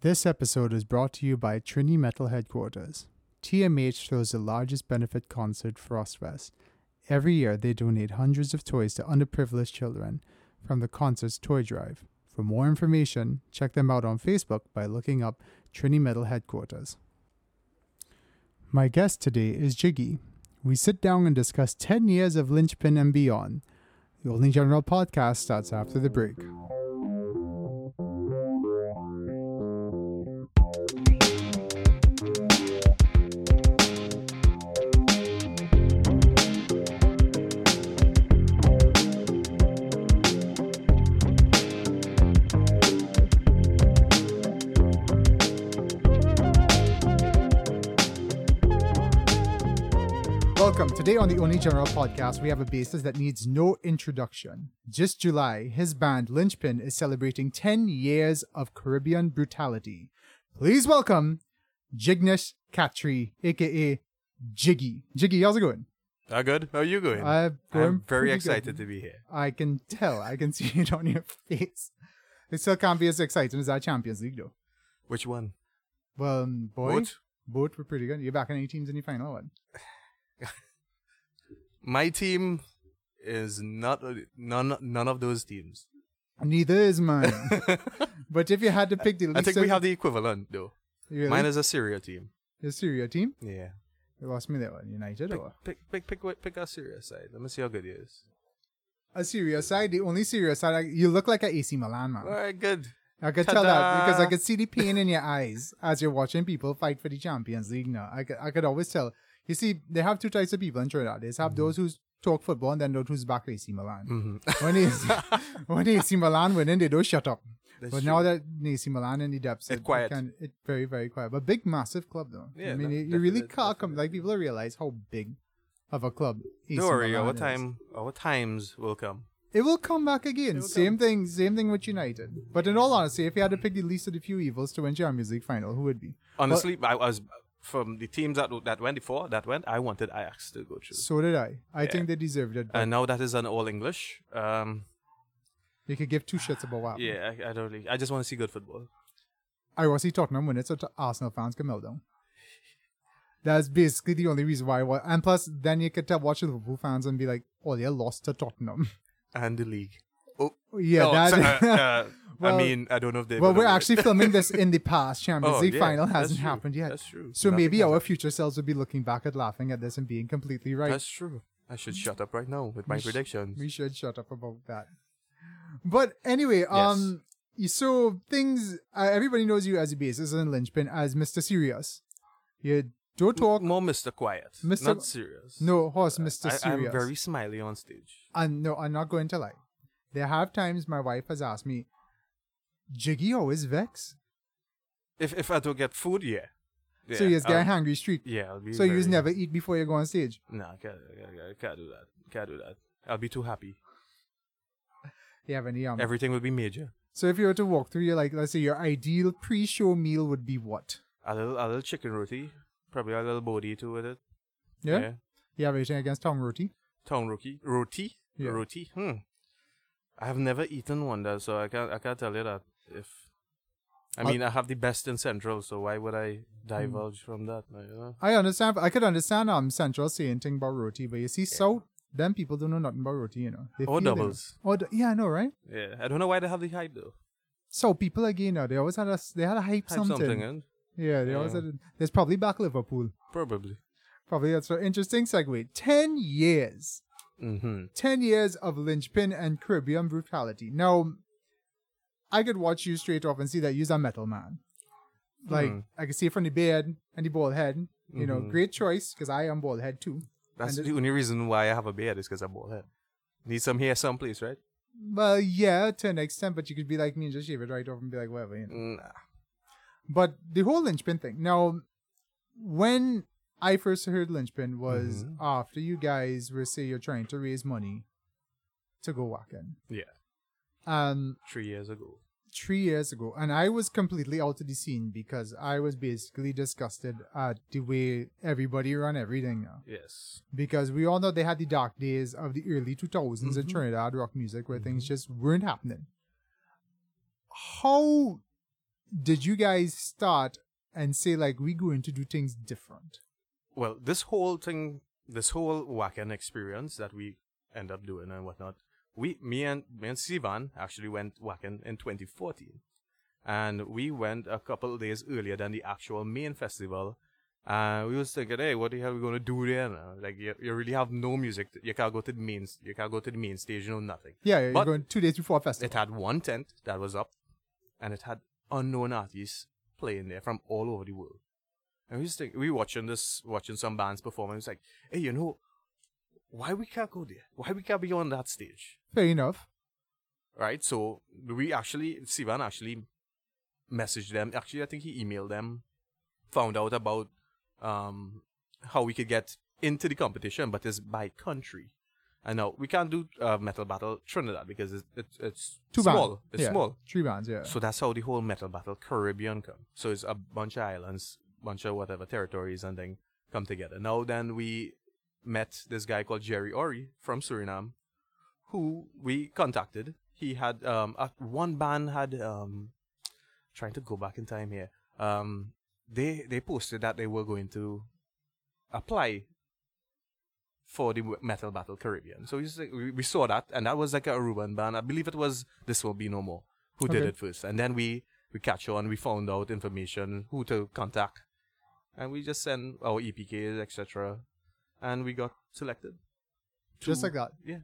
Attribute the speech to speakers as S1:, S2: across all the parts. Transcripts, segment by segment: S1: This episode is brought to you by Trini Metal Headquarters. TMH throws the largest benefit concert for Frostfest. Every year, they donate hundreds of toys to underprivileged children from the concert's toy drive. For more information, check them out on Facebook by looking up Trini Metal Headquarters. My guest today is Jiggy. We sit down and discuss 10 years of Lynchpin and beyond. The Only General podcast starts after the break. Welcome. Today on the Only General podcast, we have a bassist that needs no introduction. Just July, his band Lynchpin is celebrating 10 years of Caribbean brutality. Please welcome Jignesh Katri, aka Jiggy. Jiggy, how's it going? Uh,
S2: How Uh, good? How are you going?
S1: I'm,
S2: I'm very excited to be here.
S1: I can tell. I can see it on your face. It still can't be as exciting as our Champions League, though.
S2: Which one?
S1: Well, um, boy,
S2: Both?
S1: both were pretty good. You're back in any teams in your final one.
S2: My team is not none none of those teams.
S1: Neither is mine. but if you had to pick the least
S2: I think we
S1: of-
S2: have the equivalent though.
S1: Really?
S2: Mine is a Syria team.
S1: the Syria team.
S2: Yeah.
S1: You lost me that one. United
S2: Pick
S1: or
S2: pick pick pick, what- pick our Syria side. Let me see how good he is.
S1: a Syria side? The only Syria side. I, you look like an AC Milan man.
S2: All right, good.
S1: I could tell that
S2: Ta-da.
S1: because I could see the pain in your eyes as you're watching people fight for the Champions League. Now I could, I could always tell. You see, they have two types of people in Trinidad. They
S2: Mm-hmm.
S1: have those who talk football and then those who's back AC Milan.
S2: Mm-hmm.
S1: When AC, when AC Milan win, in, they don't shut up.
S2: That's
S1: but
S2: true.
S1: now that AC Milan in the depths,
S2: It's quiet.
S1: Can, it very very quiet, but big massive club though.
S2: Yeah,
S1: I mean,
S2: no,
S1: you- you really
S2: definite-
S1: can't come. Like people realize how big of a club. AC
S2: Don't worry,
S1: Milan
S2: our
S1: is.
S2: time our times will come.
S1: It will come back again.
S2: will
S1: Same thing, same thing with United. But in all honesty, if you had to pick the least of the few evils to win Champions League final, who would be?
S2: Honestly, I was from the teams that that went before that went. I wanted Ajax to go through,
S1: So did I. I think they deserved it. But
S2: and now that is an all English. Um,
S1: they could give two shits about what. happened.
S2: yeah, I, I don't. Really, I just want to see good football.
S1: I will see Tottenham win it, so t- Arsenal fans can melt down. That's basically the only reason why. I wa- And plus, then you could tell watch the Liverpool fans and be like, "Oh, they lost to Tottenham."
S2: and the league. Oh,
S1: yeah,
S2: oh,
S1: that.
S2: so- uh, uh,
S1: Well-
S2: I mean, I don't know if they.
S1: well,
S2: would
S1: we're
S2: have-
S1: actually filming this in the past. Champions
S2: Oh,
S1: League
S2: yeah,
S1: final
S2: that's
S1: hasn't
S2: true,
S1: happened yet.
S2: That's true.
S1: So
S2: Nothing
S1: maybe our
S2: happened.
S1: future selves would be looking back at laughing at this and being completely right.
S2: That's true. I should shut up right now with my
S1: We sh-
S2: predictions.
S1: We should shut up about that. But anyway, um, you so things uh, everybody knows you as a bassist and linchpin as Mr. Serious. You don't talk.
S2: More Mr. Quiet.
S1: Mr.
S2: Not serious.
S1: No, horse, Mr.
S2: Uh, I, I'm
S1: Serious.
S2: very smiley on stage.
S1: And no, I'm not going to lie. There have times my wife has asked me, "Jiggy always vex."
S2: If if I don't get food, yeah. yeah
S1: serious guy,
S2: I'll-
S1: hungry streak.
S2: Yeah, I'll be
S1: so you
S2: very-
S1: just never eat before you go on stage.
S2: No, I can't, I can't, I can't do that. Can't do that. I'll be too happy.
S1: You have any um?
S2: Everything will be major.
S1: so if you were to walk through, your like, let's say your ideal pre-show meal would be what?
S2: A little, a little chicken roti, probably a little body to with it.
S1: Yeah. You have anything against tongue roti?
S2: Town roti, roti,
S1: Yeah.
S2: roti. Hmm. I have never eaten one that, so I can't. I can't tell you that. If I
S1: I'll-
S2: mean, I have the best in Central, so why would I
S1: Hmm.
S2: divulge from that? no, You know?
S1: I understand. I could understand um Central saying thing about roti, but you see South, them people don't know nothing about roti, you know. They
S2: Or
S1: feel they know.
S2: doubles.
S1: Or d- yeah, I know, right?
S2: Yeah, I don't know why they have the hype though.
S1: So people again now they always had a s- they had a hype,
S2: Hype
S1: something.
S2: something, eh? in?
S1: Yeah, they always
S2: Yeah.
S1: had. A, there's probably back Liverpool.
S2: probably.
S1: Probably that's an interesting segue. Ten years,
S2: Mm-hmm.
S1: ten years of linchpin and Caribbean brutality. Now, I could watch you straight off and see that you're a metal man. Like
S2: Hmm. Mm-hmm.
S1: I could see it from the beard and the bald head. You know, great choice because I am bald head too.
S2: That's
S1: And
S2: the only reason why I have a beard is because I'm bald head. Need some hair someplace, right?
S1: Well, yeah, to an extent, but you could be like me and just shave it right off and be like, whatever. You know?
S2: Nah.
S1: But the whole linchpin thing. Now, when I first heard linchpin was
S2: Mhm.
S1: after you guys were say you're trying to raise money to go walking.
S2: Yeah,
S1: Um,
S2: three years ago.
S1: three years ago, and I was completely out of the scene because I was basically disgusted at the way everybody run everything now.
S2: Yes.
S1: Because we all know they had the dark days of the early 2000s in
S2: Mm-hmm.
S1: Trinidad rock music where things just weren't happening. How did you guys start and say like we're going to do things different?
S2: well, this whole thing, this whole Wacken experience that we end up doing and whatnot, we, me and me and Sivan actually went Wacken in 2014, and we went a couple of days earlier than the actual main festival. And we was thinking, hey, what the hell are we gonna do there? Now? Like, you, you really have no music. You can't go to the main, you can't go to the main stage, no nothing.
S1: Yeah, you're
S2: But-
S1: going two days before a festival.
S2: It had one tent that was up, and it had unknown artists playing there from all over the world. And we just think, we watching this, watching some bands performing. It's like, hey, you know, why we can't go there? Why we can't be on that stage,
S1: Fair enough.
S2: right? So we actually, Sivan actually messaged them. Actually, I think he emailed them, found out about um, how we could get into the competition, but it's by country. And now we can't do uh, metal battle Trinidad because it's it's, it's
S1: Two
S2: small.
S1: bands.
S2: It's
S1: yeah.
S2: small.
S1: Three bands, yeah.
S2: So that's how the whole metal battle Caribbean come. So it's a bunch of islands, bunch of whatever territories and then come together. Now then we met this guy called Jerry Ori from Suriname, who we contacted. He had um a, one band had um trying to go back in time here. Um they they posted that they were going to apply for the metal battle Caribbean. So we, just, like, we we saw that, and that was like a Aruban band. I believe it was This Will Be No More who did
S1: Okay.
S2: it first, and then we we catch on, we found out information, who to contact, and we just send our E EPKs, etc., and we got selected.
S1: Just
S2: to-
S1: like that.
S2: Yeah.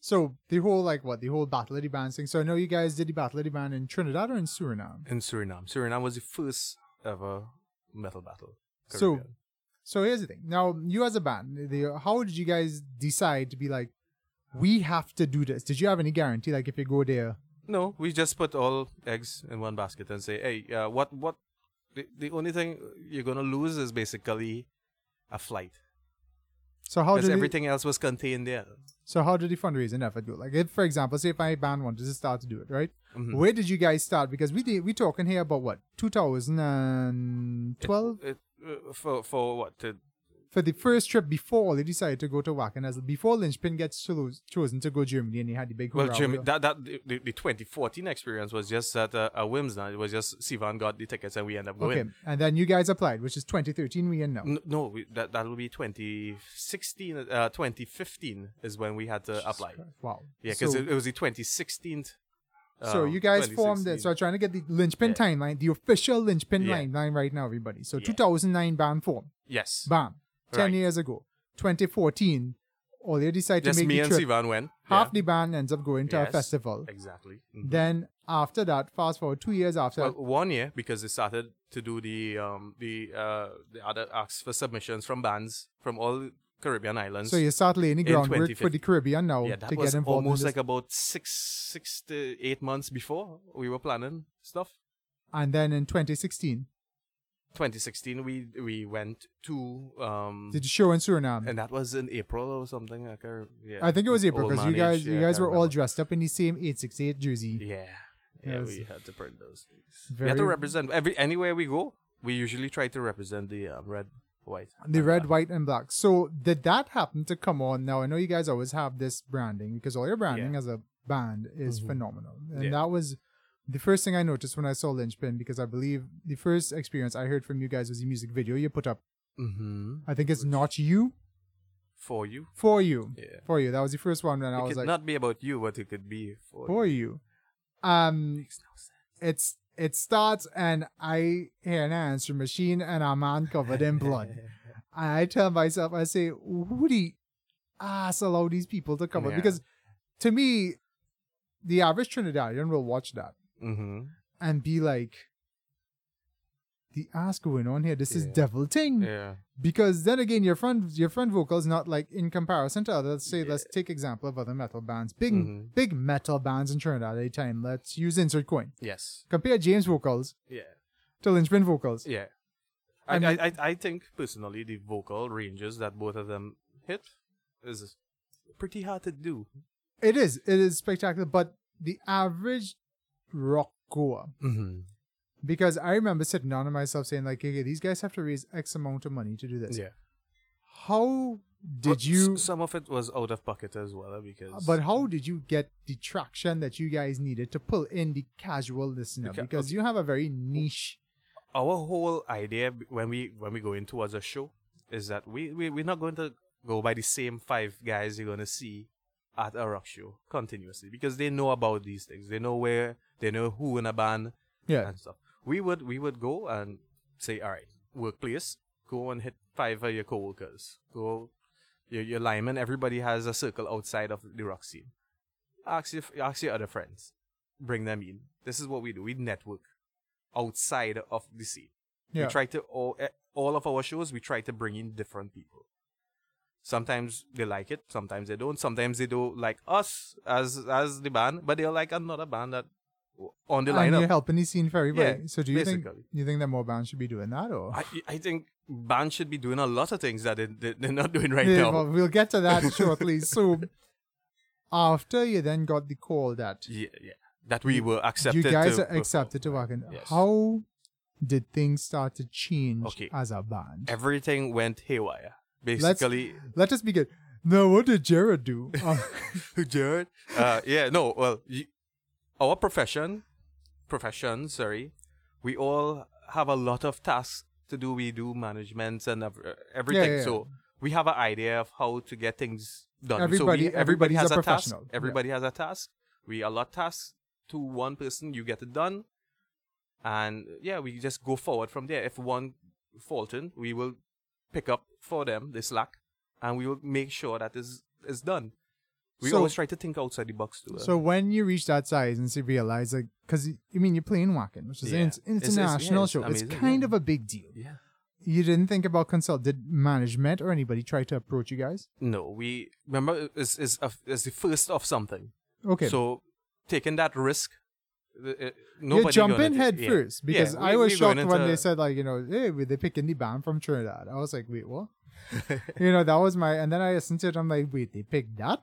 S1: So the whole like what the whole Battle of the Bands thing. So I know you guys did the Battle of the Band in Trinidad or in Suriname.
S2: In Suriname, Suriname was the first ever metal battle.
S1: So-
S2: Caribbean.
S1: So here's the thing. Now you as a band, the, how did you guys decide to be like, we have to do this? Did you have any guarantee like if you go there?
S2: No, we just put all eggs in one basket and say, hey, uh, what, what, the, the only thing you're going to lose is basically a flight.
S1: So how
S2: Because
S1: did it-
S2: everything else was contained there.
S1: so how did the fundraising effort go? Like if for example, say if my band wanted to start to do it, right?
S2: Mhm.
S1: Where did you guys start? Because we did, we talking here about what 2012
S2: It, uh, for, for what? To,
S1: for the first trip before they decided to go to Wacken as before Lynchpin gets cho- chosen to go Germany and he had the big
S2: well,
S1: hoorah
S2: Jimmy,
S1: with-
S2: that, that, the, the the 2014 experience was just at a, a whim's night. It was just Sivan got the tickets and we end up going.
S1: okay, and then you guys applied, which is 2013 we in now.
S2: N- No, we, that that will be 2016, uh, 2015 is when we had to apply.
S1: Wow.
S2: Yeah, because
S1: so,
S2: it, it was the 2016th.
S1: so
S2: um,
S1: you guys formed
S2: 2016.
S1: it. So I'm trying to get the linchpin
S2: Yeah.
S1: timeline, the official linchpin
S2: Yeah.
S1: timeline right now, everybody. So
S2: Yeah.
S1: 2009 band formed.
S2: Yes.
S1: Bam. 10
S2: Right.
S1: years ago. 2014, all they decide
S2: Just
S1: to
S2: me
S1: make the
S2: and
S1: trip.
S2: Sivan went.
S1: Half
S2: yeah.
S1: the band ends up going to a
S2: Yes.
S1: festival.
S2: Exactly. Mhm.
S1: Then after that, fast forward two years after,
S2: Well, one year because they started to do the um the uh the other asks for submissions from bands from all Caribbean islands.
S1: so you start laying the
S2: in
S1: groundwork for the
S2: 2015.
S1: Caribbean now
S2: yeah,
S1: to
S2: that was
S1: get involved. in
S2: almost
S1: this.
S2: like about six six to eight months before we were planning stuff.
S1: and then in 2016,
S2: 2016, we we went to um
S1: did the show in Suriname.
S2: and that was in April or something. I can't. Yeah,
S1: I think it was April
S2: Old
S1: because
S2: Man
S1: you
S2: Age,
S1: guys,
S2: yeah,
S1: you
S2: I
S1: guys
S2: can't
S1: were all
S2: remember.
S1: dressed up in the same 868 jersey.
S2: Yeah, yeah,
S1: Yes.
S2: we had to print those things. We had to
S1: Very-
S2: represent every anywhere we go. We usually try to represent the um, red, white,
S1: The
S2: and
S1: red,
S2: black.
S1: white, and black. So did that happen to come on? Now I know you guys always have this branding because all your branding
S2: Yeah.
S1: as a band is
S2: Mhm.
S1: phenomenal, and
S2: Yeah.
S1: that was the first thing I noticed when I saw Lynchpin because I believe the first experience I heard from you guys was the music video you put up.
S2: Mm-hmm.
S1: I think it's not you
S2: For you,
S1: for you
S2: yeah.
S1: for you. That was the first one, and I
S2: it
S1: was
S2: could
S1: like
S2: not be about you, but it could be for,
S1: for you. Um,
S2: Makes no sense.
S1: it's it starts and I hear an answer machine and a man covered in blood. And I tell myself, I say, who the ass allow these people to come up?
S2: Yeah.
S1: Because to me, the average Trinidadian will watch that
S2: Mm-hmm.
S1: and be like, the ass going on here, this is
S2: Yeah.
S1: devil thing.
S2: Yeah.
S1: Because then again, your front your front vocal is not like in comparison to others. Say, let's take example of other metal bands, big
S2: Mhm.
S1: big metal bands in Trinidad at a time. Let's use insert coin.
S2: Yes.
S1: Compare James vocals
S2: Yeah.
S1: to Lynchman vocals.
S2: Yeah. I,
S1: I
S2: I,
S1: mean-
S2: I, I think personally the vocal ranges that both of them hit is pretty hard to do.
S1: It is it is spectacular, but the average rock goer
S2: Mm-hmm.
S1: because I remember sitting down to myself saying like, okay, these guys have to raise X amount of money to do this.
S2: Yeah.
S1: How did
S2: But
S1: you?
S2: s- some of it was out of pocket as well because
S1: But how did you get the traction that you guys needed to pull in the casual listener?
S2: Okay,
S1: because you have a very niche.
S2: our whole idea b- when we when we go in towards a show is that we, we we're not going to go by the same five guys you're going to see at a rock show continuously because they know about these things they know where they know who in a band
S1: Yeah.
S2: and stuff we would we would go and say all right workplace go and hit five of your coworkers go your, your linemen everybody has a circle outside of the rock scene ask your ask your other friends bring them in this is what we do we network outside of the scene
S1: Yeah.
S2: we try to all, eh, all of our shows. We try to bring in different people. Sometimes they like it. Sometimes they don't. Sometimes they do like us as as the band, but they're like another band that w- on the
S1: and you're
S2: lineup.
S1: helping the scene for everybody.
S2: Yeah,
S1: so do you think
S2: basically.
S1: you think that more bands should be doing that, or
S2: I, I think bands should be doing a lot of things that they, they, they're not doing right
S1: Yeah,
S2: now.
S1: well, we'll get to that shortly. So after you then got the call that
S2: yeah, yeah, that we were accepted.
S1: you guys
S2: to
S1: are
S2: perform.
S1: accepted to work in,
S2: Yes.
S1: how did things start to change
S2: Okay.
S1: as a band?
S2: Everything went haywire.
S1: Let's-
S2: Basically,
S1: Let us begin. Now, what did Jared do? Um,
S2: Jared. Uh, yeah, no. Well, y our profession, profession. Sorry, we all have a lot of tasks to do. We do management and ev- uh, everything.
S1: yeah,
S2: So we have an idea of how to get things done.
S1: Everybody-
S2: so we, everybody
S1: everybody's
S2: has
S1: a
S2: a, task.
S1: professional, yeah.
S2: Everybody has a task. We allot tasks to one person. You get it done, and yeah, we just go forward from there. If one faulting, we will pick up for them the slack, and we will make sure that is is done. We
S1: So-
S2: always try to think outside the box too. uh,
S1: so when you reach that size and you realize, like, because you I mean you're playing Wacken, which is
S2: Yeah.
S1: an
S2: It's-
S1: in-
S2: it's- yeah,
S1: international
S2: it's
S1: show. It's
S2: amazing,
S1: kind
S2: yeah.
S1: of a big deal.
S2: yeah.
S1: You didn't think about consult. Did management or anybody try to approach you guys?
S2: No, we remember is is is the first of something.
S1: Okay.
S2: So taking that risk, uh, uh, nobody
S1: you jump
S2: gonna
S1: in
S2: do-
S1: head
S2: yeah.
S1: first
S2: Yeah,
S1: because
S2: we-
S1: I was
S2: we going
S1: shocked when they
S2: into-
S1: said like you know hey we- they picking the band from Trinidad. I was like wait what? you know that was my and then I listened to it. I'm like wait they picked that?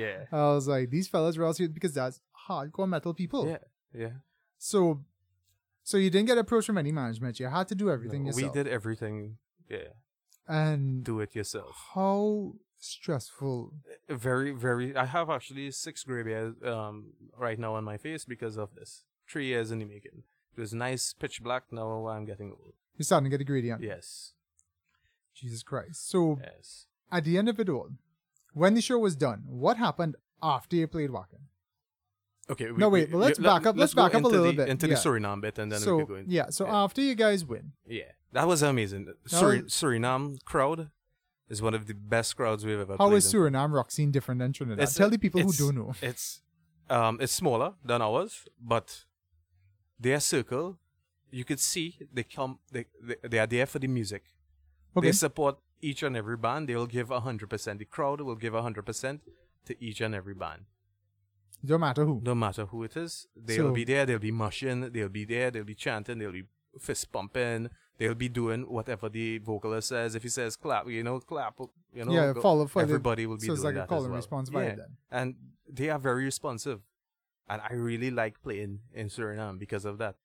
S2: Yeah,
S1: I was like these fellas were also because that's hardcore metal people.
S2: yeah, yeah.
S1: So, so you didn't get approached from any management. You had to do everything
S2: No, we
S1: yourself.
S2: did everything. Yeah,
S1: And
S2: do it yourself.
S1: how stressful?
S2: very very i have actually six gray bears um right now on my face because of this three years in the making it was nice pitch black now i'm getting old
S1: You're starting to get a gradient.
S2: yes
S1: Jesus Christ. So
S2: yes
S1: at the end of it all, when the show was done, what happened after you played Wacken?
S2: okay
S1: No, wait, but let's
S2: let-
S1: back up- let's
S2: go
S1: back up a
S2: into
S1: little
S2: the,
S1: bit,
S2: into
S1: yeah.
S2: the suriname bit and then
S1: so
S2: we could go in
S1: yeah. So
S2: yeah,
S1: after you guys win,
S2: yeah. that was amazing Suri-
S1: was-
S2: suriname crowd is one of the best crowds we've ever
S1: how
S2: played
S1: is
S2: in.
S1: Suriname rock scene different than Trinidad?
S2: It's-
S1: Tell the people who
S2: it's-
S1: don't know.
S2: It's um it's smaller than ours, but their circle, you could see they come they they, they are there for the music.
S1: Okay.
S2: They support each and every band. They will give hundred percent. The crowd will give hundred percent to each and every band.
S1: Don't matter who.
S2: No matter who it is, they'll
S1: So-
S2: be there, they'll be mushing, they'll be there, they'll be chanting, they'll be fist pumping, they'll be doing whatever the vocalist says. If he says clap, you know, clap, you know,
S1: Yeah,
S2: go-
S1: follow- follow-
S2: everybody will be
S1: so
S2: doing
S1: it's like a
S2: that
S1: call
S2: as
S1: and
S2: well.
S1: response vibe
S2: yeah.
S1: then.
S2: And they are very responsive. And I really like playing in Suriname because of that.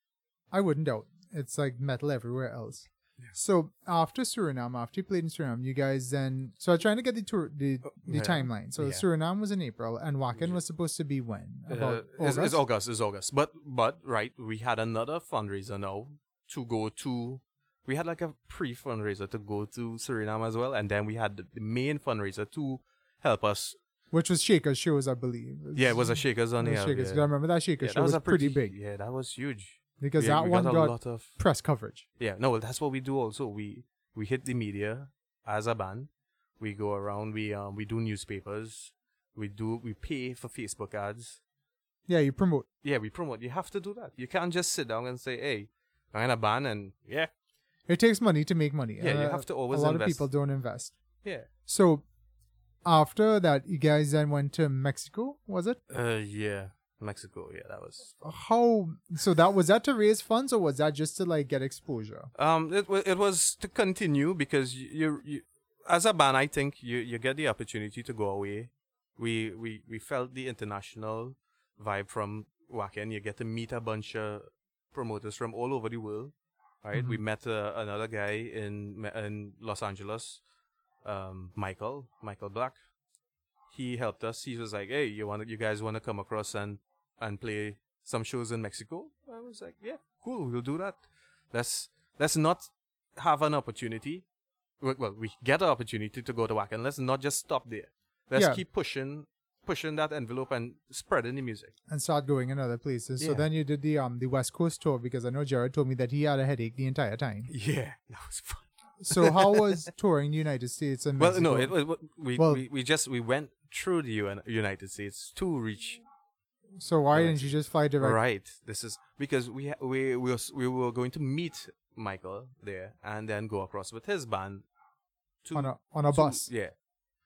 S1: I wouldn't doubt. It's like metal everywhere else. So after Suriname, after you played in Suriname, you guys then. So I'm trying to get the tour, the, the
S2: Oh, yeah.
S1: timeline. So
S2: Yeah.
S1: Suriname was in April, and Wacken was supposed to be when
S2: Uh,
S1: about August.
S2: it's, it's August, it's August. But but right, we had another fundraiser now to go to. We had like a pre fundraiser to go to Suriname as well, and then we had the, the main fundraiser to help us.
S1: which was Shaker shows, I believe.
S2: Yeah, it was a Shakers on the
S1: Shaker.
S2: Shakers.
S1: I remember that Shaker show was, pretty, big
S2: Yeah, that was huge.
S1: because
S2: Yeah,
S1: that
S2: we
S1: one
S2: got
S1: got,
S2: a lot of
S1: press coverage.
S2: Yeah, no, well, that's what we do also. We we hit the media as a band. We go around, we um we do newspapers, we do we pay for Facebook ads.
S1: Yeah, you promote.
S2: Yeah, we promote. You have to do that. You can't just sit down and say, Hey, I'm in a band and yeah.
S1: It takes money to make money. Uh,
S2: Yeah, you have to always
S1: A lot of
S2: invest.
S1: people don't invest.
S2: Yeah.
S1: So after that, you guys then went to Mexico. Was it?
S2: Uh yeah. Mexico, yeah, that was
S1: how so that was that to raise funds or was that just to like get exposure
S2: Um, it was it was to continue because you, you, you as a band, I think you, you get the opportunity to go away. We we we felt the international vibe from Wacken. You get to meet a bunch of promoters from all Mm-hmm. over the world. Right, we met uh, another guy in in Los Angeles um, Michael, Michael Black. He helped us. He was like, "Hey, you want you guys want to come across and and play some shows in Mexico?" I was like, "Yeah, cool, we'll do that. Let's let's not have an opportunity. Well, well, we get an opportunity to go to WAC, and let's not just stop there. Let's
S1: Yeah.
S2: keep pushing pushing that envelope and spreading the music."
S1: and start going in other places. So
S2: Yeah.
S1: then you did the um the West Coast tour because I know Jared told me that he had a headache the entire time.
S2: Yeah, that was fun.
S1: So how was touring the United States and
S2: Well, no, it
S1: Mexico?
S2: was we,
S1: Well-
S2: we we just we went through the UN, United States to reach
S1: so why didn't you just fly direct?
S2: Right. This is because we ha- we we, was, we were going to meet Michael there and then go across with his band to
S1: on a on a
S2: to-
S1: bus.
S2: Yeah,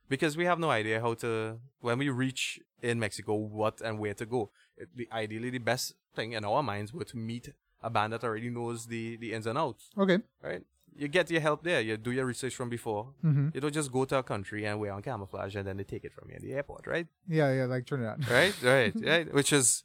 S2: because we have no idea how to when we reach in Mexico what and where to go. It- the, ideally, the best thing in our minds were to meet a band that already knows the the ins and outs.
S1: Okay.
S2: Right. You get your help there. You do your research from before.
S1: Mm-hmm.
S2: You don't just go to a country and wear on camouflage and then they take it from you at the airport, right?
S1: Yeah, yeah, like Trinidad.
S2: right, right, right. Which is,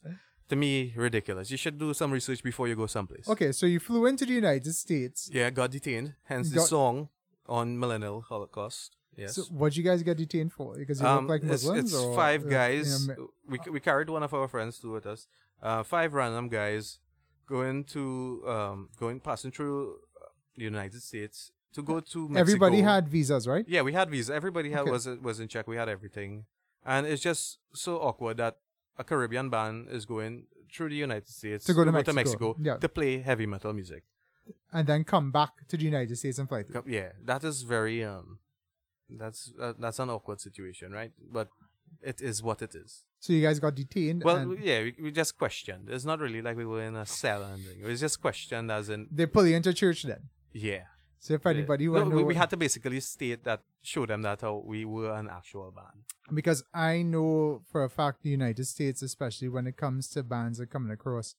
S2: to me, ridiculous. You should do some research before you go someplace.
S1: Okay, so you flew into the United States.
S2: Yeah, got detained. Hence the
S1: Got-
S2: song on Millennial Holocaust. Yes.
S1: So what'd you guys get detained for? Because you
S2: um,
S1: look like
S2: it's,
S1: Muslims.
S2: it's
S1: or,
S2: five
S1: uh,
S2: guys.
S1: you know,
S2: we we carried one of our friends too with us. Uh, five random guys going to um going passing through uh, the United States to go to Mexico.
S1: everybody had visas, right?
S2: Yeah, we had visa. Everybody had
S1: Okay.
S2: was was in check. We had everything, and it's just so awkward that a Caribbean band is going through the United States
S1: To go to
S2: to,
S1: Mexico. Yeah.
S2: to play heavy metal music.
S1: And then come back to the United States and fly. through.
S2: Co- Yeah, that is very um, that's uh, that's an awkward situation, right? But it is what it is.
S1: So you guys got detained.
S2: Well,
S1: and
S2: yeah, we, we just questioned. It's not really like we were in a cell or anything. It was just questioned, as in
S1: they pull you into church then.
S2: yeah.
S1: So if anybody
S2: yeah.
S1: wanna
S2: No,
S1: know
S2: we, we
S1: what-
S2: had to basically state that show them that how we were an actual band.
S1: because I know for a fact the United States, especially when it comes to bands that coming across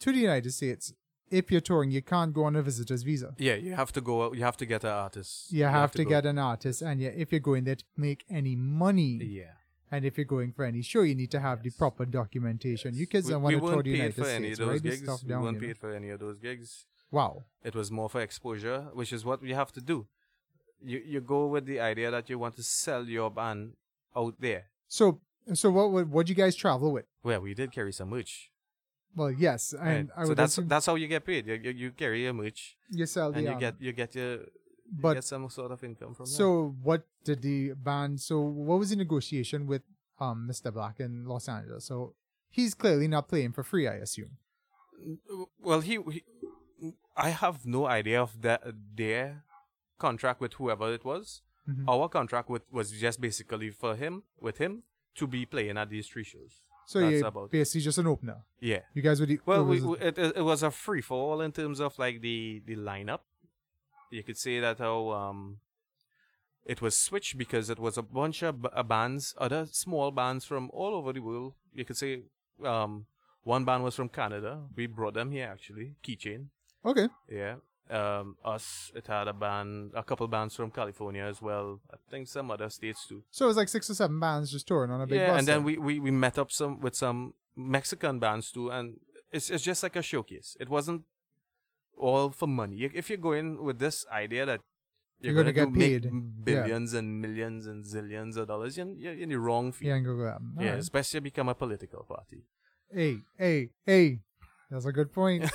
S1: to the United States, if you're touring, you can't go on a visitor's visa.
S2: Yeah, you have to go. You have to get an artist.
S1: You, have, to,
S2: go-
S1: get an artist, and yeah, if you're going there to make any money,
S2: Yeah.
S1: and if you're going for any show, you need to have the proper documentation. You kids don't want to tour
S2: weren't
S1: the
S2: paid
S1: United
S2: for any of
S1: States,
S2: those
S1: write this
S2: gigs.
S1: stuff
S2: we
S1: down.
S2: weren't
S1: you know.
S2: paid for any of those gigs.
S1: Wow.
S2: It was more for exposure, which is what we have to do. You you go with the idea that you want to sell your band out there.
S1: So, so what would what you guys travel with?
S2: Well, we did carry some merch.
S1: Well, yes, and
S2: right?
S1: I
S2: so
S1: would
S2: that's
S1: assume
S2: that's how you get paid. You you, you carry your merch
S1: you sell the
S2: and you
S1: um,
S2: get you get your you
S1: but
S2: get some sort of income from that.
S1: So what did the band? So what was the negotiation with um Mr. Black in Los Angeles? So he's clearly not playing for free, I assume.
S2: Well, he, he I have no idea of that their contract with whoever it was.
S1: Mhm.
S2: Our contract with, was just basically for him with him to be playing at these three shows.
S1: So
S2: That's
S1: you're
S2: about it.
S1: basically just an opener.
S2: Yeah.
S1: You guys were the
S2: Well,
S1: it
S2: we,
S1: was-
S2: we- it, it was a free for all in terms of like the the lineup. You could say that how um it was switched because it was a bunch of b- uh, bands, other small bands from all over the world. You could say um one band was from Canada. We brought them here actually, Keychain.
S1: okay.
S2: Yeah. Um, us, it had a band, a couple bands from California as well. I think some other states too.
S1: So it was like six or seven bands just touring on a big
S2: Yeah,
S1: bus
S2: and then
S1: there.
S2: we, we, we met up some with some Mexican bands too, and it's it's just like a showcase. It wasn't all for money. You- If you're going with this idea that you're,
S1: You're gonna
S2: gonna,
S1: get
S2: do-
S1: paid.
S2: make billions and millions and zillions of dollars, you're, you're in the wrong field.
S1: yeah, and go, um,
S2: Yeah,
S1: alright.
S2: especially become a political party.
S1: Hey, hey, hey. That's a good point.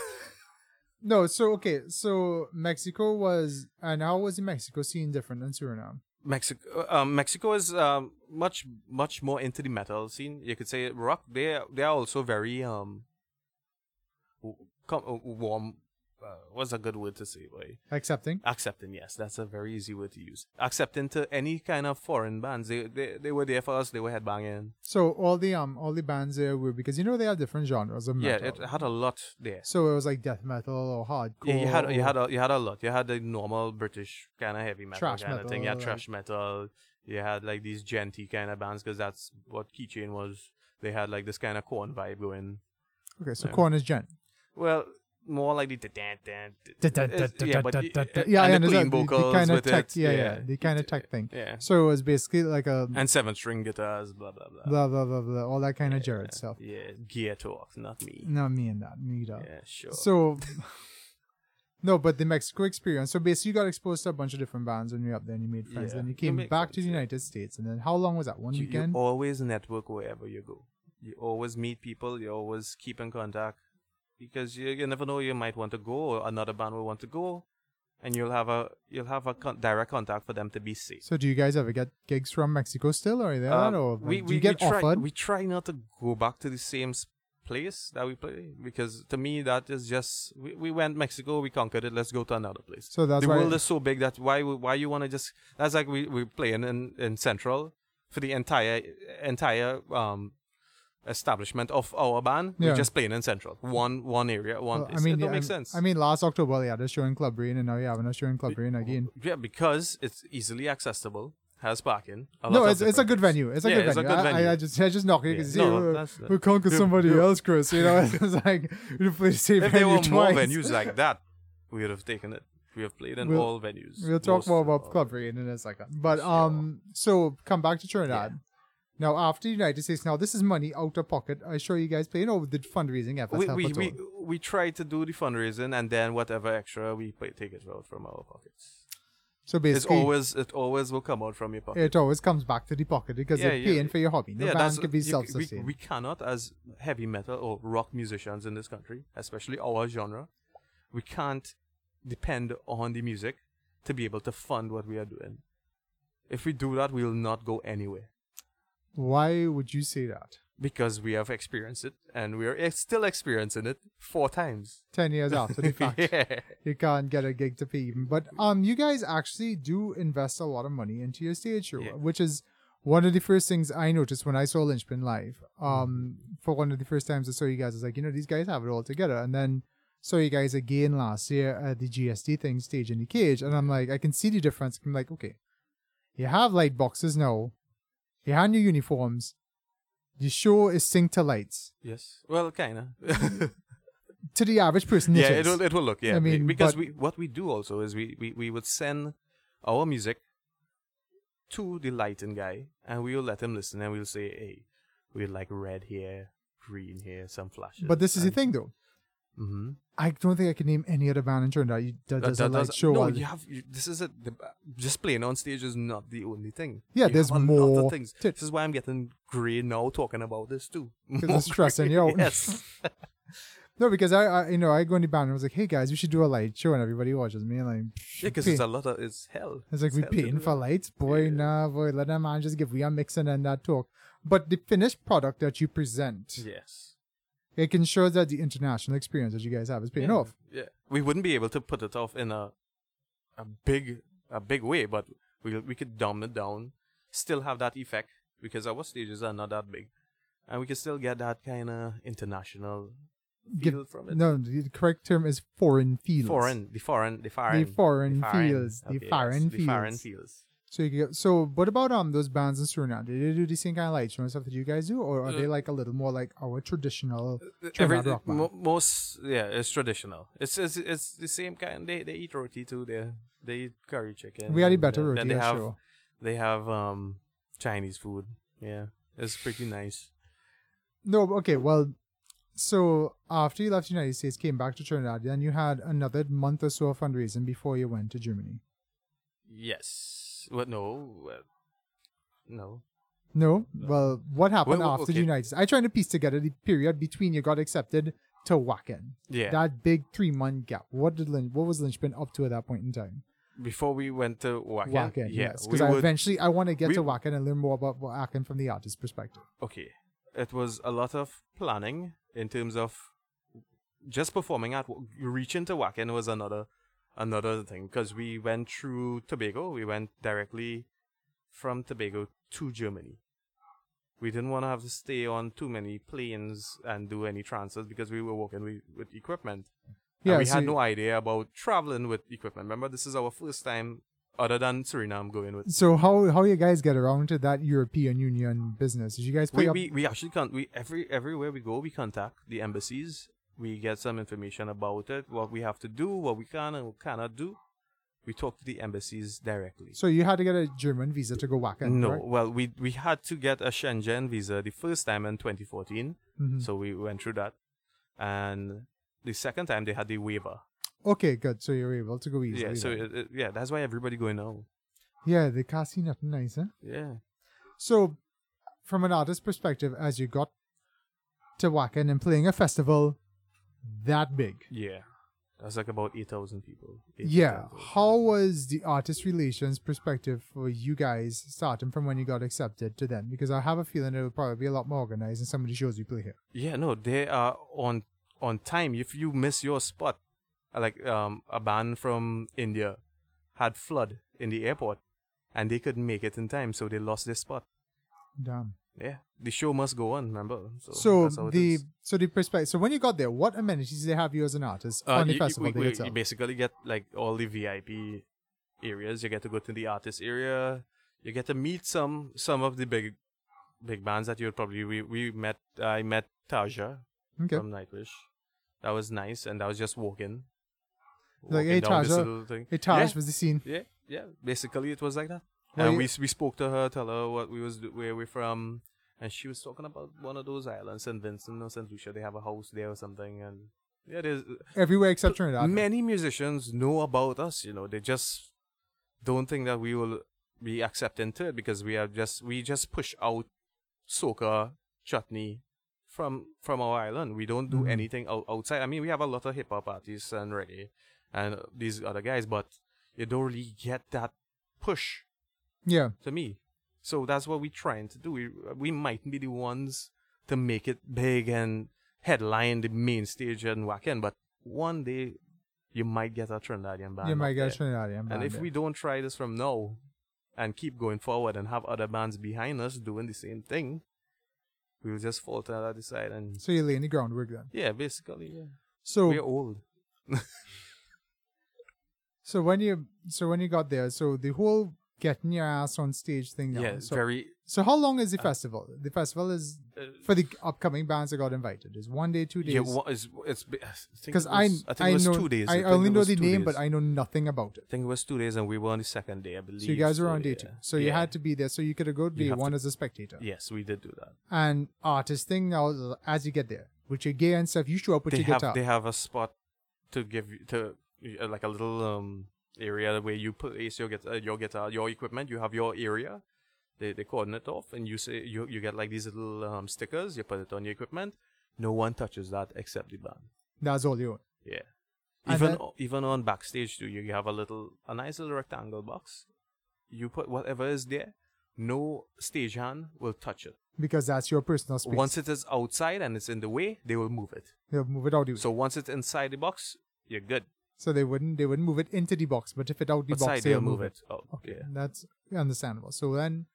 S1: no, so okay, so Mexico was, and how was the Mexico scene different than Suriname?
S2: Mexico, um, Mexico is um, much much more into the metal scene. You could say rock. They they are also very um, w- com- uh, warm. Uh, what's a good word to say, boy?
S1: Accepting.
S2: Accepting, yes, that's a very easy word to use. Accepting to any kind of foreign bands. They they, they were there for us. They were headbanging.
S1: So all the um all the bands there were because you know they have different genres of metal.
S2: Yeah, it had a lot there.
S1: So it was like death metal or hardcore.
S2: Yeah, you had you
S1: or-
S2: had a, you had a lot. You had the normal British kind of heavy metal
S1: Thrash
S2: kind of thing. You had
S1: metal,
S2: thrash metal. You had like these genty kind of bands because that's what Keychain was. They had like this kind of corn vibe going.
S1: okay, so
S2: yeah.
S1: corn is gent.
S2: Well, more like the da- da- da-
S1: Da- da-
S2: it's-
S1: da-
S2: yeah,
S1: da-
S2: but
S1: da-
S2: y-
S1: da- da-
S2: uh,
S1: Yeah, I
S2: and the clean
S1: understand the, the
S2: vocals
S1: kind of
S2: with
S1: tech.
S2: it,
S1: Yeah,
S2: yeah.
S1: yeah, the kind of tech thing.
S2: yeah,
S1: So it was basically like a
S2: and seven string guitars, blah blah blah.
S1: blah blah blah blah, all that kind of Jared stuff.
S2: Yeah, gear talk, not me.
S1: Not me and that neither.
S2: Yeah, sure.
S1: So No, but the Mexico experience. So basically, you got exposed to a bunch of different bands when you were up there, and you made friends.
S2: Yeah,
S1: Then you
S2: you
S1: came
S2: make
S1: back to
S2: friends,
S1: the
S2: yeah.
S1: United States, and then how long was that? One
S2: You, you
S1: weekend.
S2: always network wherever you go. You always meet people. You always keep in contact because you, you never know you might want to go or another band will want to go, and you'll have a you'll have a con- direct contact for them to be safe.
S1: So do you guys ever get gigs from Mexico still, or are they not?
S2: Um,
S1: Or
S2: we,
S1: do
S2: we,
S1: you get
S2: we try,
S1: offered?
S2: We try not to go back to the same s- place that we play because to me that is just we, we went Mexico, we conquered it. Let's go to another place.
S1: So that's
S2: the
S1: why-
S2: world is so big that why would- why you want to just that's like we we playing in in Central for the entire entire um establishment of our band.
S1: Yeah.
S2: We're just playing in Central, one one area, one.
S1: Well,
S2: place. it don't
S1: I,
S2: make sense.
S1: I mean, last October they had a show in Club Rain, and now you're having a show in Club Rain again.
S2: yeah, because it's easily accessible, has parking. a
S1: No,
S2: lot of
S1: it's, it's a
S2: different
S1: good
S2: things.
S1: venue. It's a
S2: Yeah,
S1: good
S2: it's a
S1: venue.
S2: good
S1: I- I, I
S2: venue.
S1: just I just knock it
S2: Yeah.
S1: because
S2: No,
S1: you
S2: that's-
S1: we conquered somebody else, Chris. You know, it's like we played the same
S2: if
S1: venue
S2: there were more
S1: twice.
S2: venues like that, we would have taken it. We have played in
S1: We'll-
S2: all venues.
S1: We'll talk
S2: most
S1: more
S2: of
S1: about
S2: all
S1: Club
S2: venues.
S1: Rain in a second. But um, so come back to Trinidad. Now after the United States, now this is money out of pocket. I sure you guys pay. No, did fundraising efforts
S2: We
S1: help
S2: we,
S1: at
S2: we
S1: all?
S2: we try to do the fundraising and then whatever extra we pay, take it out from our pockets.
S1: So
S2: It's
S1: basically,
S2: always it always will come out from your pocket.
S1: it always comes back to the pocket because
S2: Yeah,
S1: you're
S2: yeah.
S1: paying for your hobby. The band could be
S2: you- we,
S1: self-sustained.
S2: we cannot as heavy metal or rock musicians in this country, especially our genre, we can't depend on the music to be able to fund what we are doing. If we do that, we will not go anywhere.
S1: Why would you say that?
S2: because we have experienced it and we are ex- still experiencing it four times.
S1: Ten years after the fact.
S2: yeah.
S1: you can't get a gig to pay even. But um, you guys actually do invest a lot of money into your stage show,
S2: Yeah.
S1: which is one of the first things I noticed when I saw Lynchpin live. Um, for one of the first times I saw you guys, I was like, you know, these guys have it all together. And then saw you guys again last year at the GSD thing, stage in the cage, and I'm like, I can see the difference. I'm like, okay, you have light boxes now, you have new uniforms, the show is synced to lights.
S2: Yes. Well, kinda. yeah,
S1: To the average person, it
S2: it
S1: is.
S2: will it will look yeah.
S1: I
S2: I
S1: mean,
S2: mean, because
S1: but-
S2: we what we do also is we, we we would send our music to the lighting guy and we will let him listen and we'll say, hey, we like red here, green here, some flashes.
S1: But this is the thing, though.
S2: Mm-hmm.
S1: I don't think I can name any other band in Trinidad you- that does a light show.
S2: No,
S1: on-
S2: you have you, this is it. The, just playing on stage is not the only thing.
S1: Yeah,
S2: You
S1: there's
S2: have a lot
S1: more
S2: of things.
S1: to-
S2: this is why I'm getting grey now talking about this too.
S1: 'Cause it's stressing you out.
S2: Yes.
S1: No, because I, I, you know, I go in the band and I was like, "Hey guys, we should do a light show," and everybody watches me and like,
S2: Yeah, because it's a lot of it's hell.
S1: it's like we
S2: hell to
S1: paying
S2: do
S1: for
S2: that.
S1: lights, boy, nah, boy, let that man just give we a mix and then that talk. But the finished product that you present,
S2: Yes.
S1: it can show that the international experience that you guys have is paying
S2: yeah.
S1: off.
S2: Yeah, we wouldn't be able to put it off in a a big a big way, but we we could dumb it down, still have that effect because our stages are not that big, and we can still get that kind of international
S1: Give-
S2: feel from it.
S1: No, the the correct term is foreign feels.
S2: Foreign, the foreign, the foreign,
S1: foreign fields, the
S2: yes,
S1: foreign
S2: the foreign
S1: fields.
S2: fields.
S1: So you get, so what about um those bands in Suriname? Do they do the same kind of light show and stuff that you guys do, or
S2: Uh,
S1: are they like a little more like our traditional Trinidad
S2: Every-
S1: rock band?
S2: mo- most, yeah, it's traditional. It's it's, it's the same kind. They they eat roti too. They they eat curry chicken.
S1: we had a
S2: and uh,
S1: better
S2: then-
S1: roti
S2: Then they
S1: on
S2: have
S1: show.
S2: they have um Chinese food. Yeah, it's pretty nice.
S1: No, okay, well, so after you left the United States, came back to Trinidad, then you had another month or so of fundraising before you went to Germany.
S2: Yes. What? No. Well, no.
S1: No, well, what happened
S2: Well, well,
S1: after the
S2: okay.
S1: United States? I tried to piece together the period between you got accepted to Wacken.
S2: Yeah.
S1: That big three month gap. What did Lynch, what was Lynch been up to at that point in time?
S2: Before we went to Wacken.
S1: Wacken,
S2: yeah,
S1: yes,
S2: we
S1: because I
S2: would-
S1: eventually I want to get
S2: we-
S1: to Wacken and learn more about Wacken from the artist's perspective.
S2: okay, it was a lot of planning in terms of just performing at reaching to Wacken was another another thing because we went through Tobago. We went directly from Tobago to Germany. We didn't want to have to stay on too many planes and do any transfers because we were working with, with equipment. And
S1: Yeah,
S2: we
S1: so
S2: had
S1: you-
S2: no idea about traveling with equipment. Remember, this is our first time, other than Suriname, going with
S1: So how how you guys get around to that European Union business? Did you guys play
S2: we,
S1: up?
S2: we, we actually can't we every everywhere we go we contact the embassies we get some information about it what we have to do what we can and what cannot do we talk to the embassies directly
S1: so you had to get a German visa to go Wacken.
S2: no
S1: correct?
S2: well we we had to get a Shenzhen visa the first time in 2014
S1: Mhm.
S2: so we went through that and the second time they had the waiver
S1: Okay, good. So you're able to go easily.
S2: Yeah, so
S1: then.
S2: it, it- yeah, that's why everybody going now.
S1: yeah, they can't see nothing nice, huh?
S2: Yeah,
S1: So, from an artist's perspective, as you got to Wacken and playing a festival that big,
S2: yeah, that's like about eight thousand people. Eight to
S1: yeah,
S2: 10,000.
S1: how was the artist relations perspective for you guys starting from when you got accepted to then? Because I have a feeling it'll probably be a lot more organized than some of the shows you play here.
S2: Yeah, no, they are on on time. If you miss your spot, like um, a band from India had flood in the airport, and they couldn't make it in time, so they lost their spot.
S1: Damn.
S2: Yeah, the show must go on. Remember,
S1: So,
S2: that's how it
S1: the
S2: is.
S1: so the perspective. So when you got there, what amenities did they have you as an artist
S2: Uh,
S1: on the
S2: you- you-
S1: festival
S2: we-
S1: day
S2: we-
S1: itself?
S2: You basically get like all the VIP areas. You get to go to the artist area. You get to meet some some of the big big bands that you'd probably we we met. I met Taja
S1: okay.
S2: from Nightwish. That was nice, and that was just walking.
S1: Like,
S2: Walking
S1: hey,
S2: down this
S1: Taja.
S2: little thing.
S1: Hey, Taj
S2: yeah,
S1: was the scene.
S2: yeah, yeah. Basically, it was like that.
S1: Well,
S2: and
S1: you-
S2: we s- we spoke to her, tell her what we was do- where we're from, and she was talking about one of those islands, Saint Vincent or Saint Lucia. They have a house there or something, and yeah, there's
S1: Everywhere except Trinidad.
S2: many musicians know about us you know they just don't think that we will be accepted into it because we are just we just push out soca chutney from from our island we don't do
S1: Mhm.
S2: anything out, outside i mean we have a lot of hip-hop artists and reggae and these other guys but you don't really get that push
S1: yeah.
S2: to me so that's what we're trying to do we, we might be the ones to make it big and headline the main stage and whack in but one day you might get a Trinidadian band.
S1: You
S2: up
S1: might get a
S2: there.
S1: Trinidadian band
S2: And if
S1: there.
S2: we don't try this from now and keep going forward and have other bands behind us doing the same thing, we'll just fall to the other side. And
S1: So you're laying the groundwork then.
S2: yeah, basically, yeah.
S1: So
S2: we're old.
S1: so when you so when you got there, so the whole getting your ass on stage thing. now,
S2: yeah, it's
S1: so,
S2: very.
S1: so how long is the festival? The festival is
S2: Uh,
S1: for the upcoming bands that got invited. Is one day, two days?
S2: yeah, what is it's because
S1: because I
S2: I think it was
S1: know
S2: two days.
S1: I
S2: think
S1: only
S2: it
S1: know
S2: was
S1: the
S2: two
S1: name,
S2: days.
S1: but I know nothing about it.
S2: I think it was two days, and we were on the second day, I believe.
S1: So you guys were on day
S2: yeah.
S1: two, so you
S2: Yeah.
S1: had to be there. So you could have go day
S2: have
S1: one
S2: to-
S1: as a spectator
S2: Yes, we did do that.
S1: and artist thing. Now as you get there, with your gear and stuff, you show up with
S2: they
S1: your
S2: have
S1: guitar.
S2: they have a spot to give you- to uh, like a little um area where you place your guitar, uh, your guitar, your equipment. You have your area. They they coordinate off, and you say you you get like these little um stickers. You put it on your equipment. No one touches that except the band.
S1: That's all you own.
S2: Yeah.
S1: And
S2: even
S1: then-
S2: o- even on backstage too, you have a little a nice little rectangle box. You put whatever is there. No stagehand will touch it.
S1: because that's your personal space.
S2: Once it is outside and it's in the way, they will move it.
S1: They'll move it out. the way.
S2: So once it's inside the box, you're good.
S1: So they wouldn't they wouldn't move it into the box, but if it out the box,
S2: Outside,
S1: they'll
S2: they'll
S1: move it.
S2: Oh,
S1: Okay,
S2: yeah.
S1: that's understandable. So then,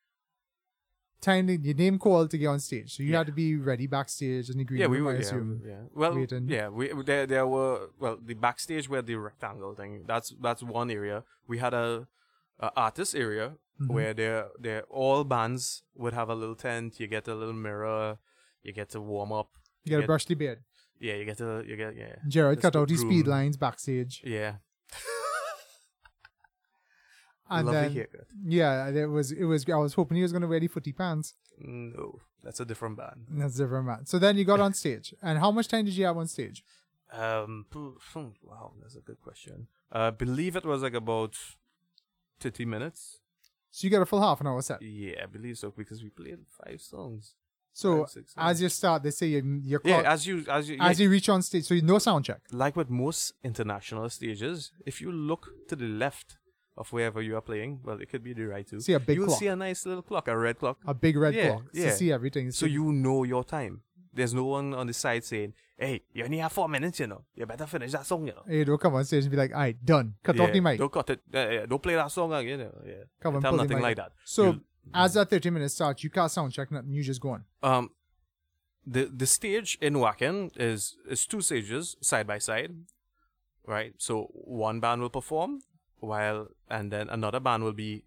S1: time to- your name call to get on stage. So you had to be ready backstage in the green
S2: Yeah,
S1: room.
S2: we were.
S1: I
S2: Yeah,
S1: assume.
S2: yeah. Well,
S1: waiting.
S2: yeah, we there there were well the backstage where the rectangle thing. That's that's one area. We had a, a artist area
S1: Mm-hmm.
S2: where there there all bands would have a little tent. You get a little mirror. You get to warm up.
S1: You gotta
S2: Yeah.
S1: brush the beard.
S2: Yeah, you get to you get yeah.
S1: Jared
S2: Just
S1: cut
S2: the
S1: out his speed
S2: groom.
S1: lines backstage,
S2: Yeah,
S1: and
S2: lovely
S1: then
S2: haircut.
S1: yeah, it was it was. I was hoping he was gonna wear the footy pants.
S2: No, that's a different band.
S1: That's different, man. So then you got on stage, and how much time did you have on stage?
S2: Um, phew, phew, wow, that's a good question. Uh, I believe it was like about thirty minutes.
S1: So you got a full half an hour set.
S2: Yeah, I believe so because we played five songs.
S1: So
S2: Five, six,
S1: as you start, they say you your
S2: Yeah,
S1: clock,
S2: as you as you,
S1: as
S2: yeah,
S1: you reach on stage, so you no sound check.
S2: like with most international stages, if you look to the left of wherever you are playing, well, it could be the right too.
S1: See a big
S2: you'll
S1: clock.
S2: see a nice little clock, a red clock,
S1: a big red
S2: Yeah,
S1: clock
S2: yeah.
S1: to see everything.
S2: so you know your time. There's no one on the side saying, "Hey, you only have four minutes, you know. You better finish that song, you know."
S1: you don't come on stage and be like, "All right, done. Cut off
S2: Yeah,
S1: the mic."
S2: Don't cut it. Yeah, yeah, don't play that song again. You know. Yeah,
S1: Come on,
S2: Tell
S1: pull the
S2: nothing
S1: mic
S2: like
S1: up.
S2: that.
S1: So
S2: You-
S1: as that 30 minutes starts, you can't sound check nothing. You just go on.
S2: um the the stage in Wacken is is two stages side by side right so one band will perform while and then another band will be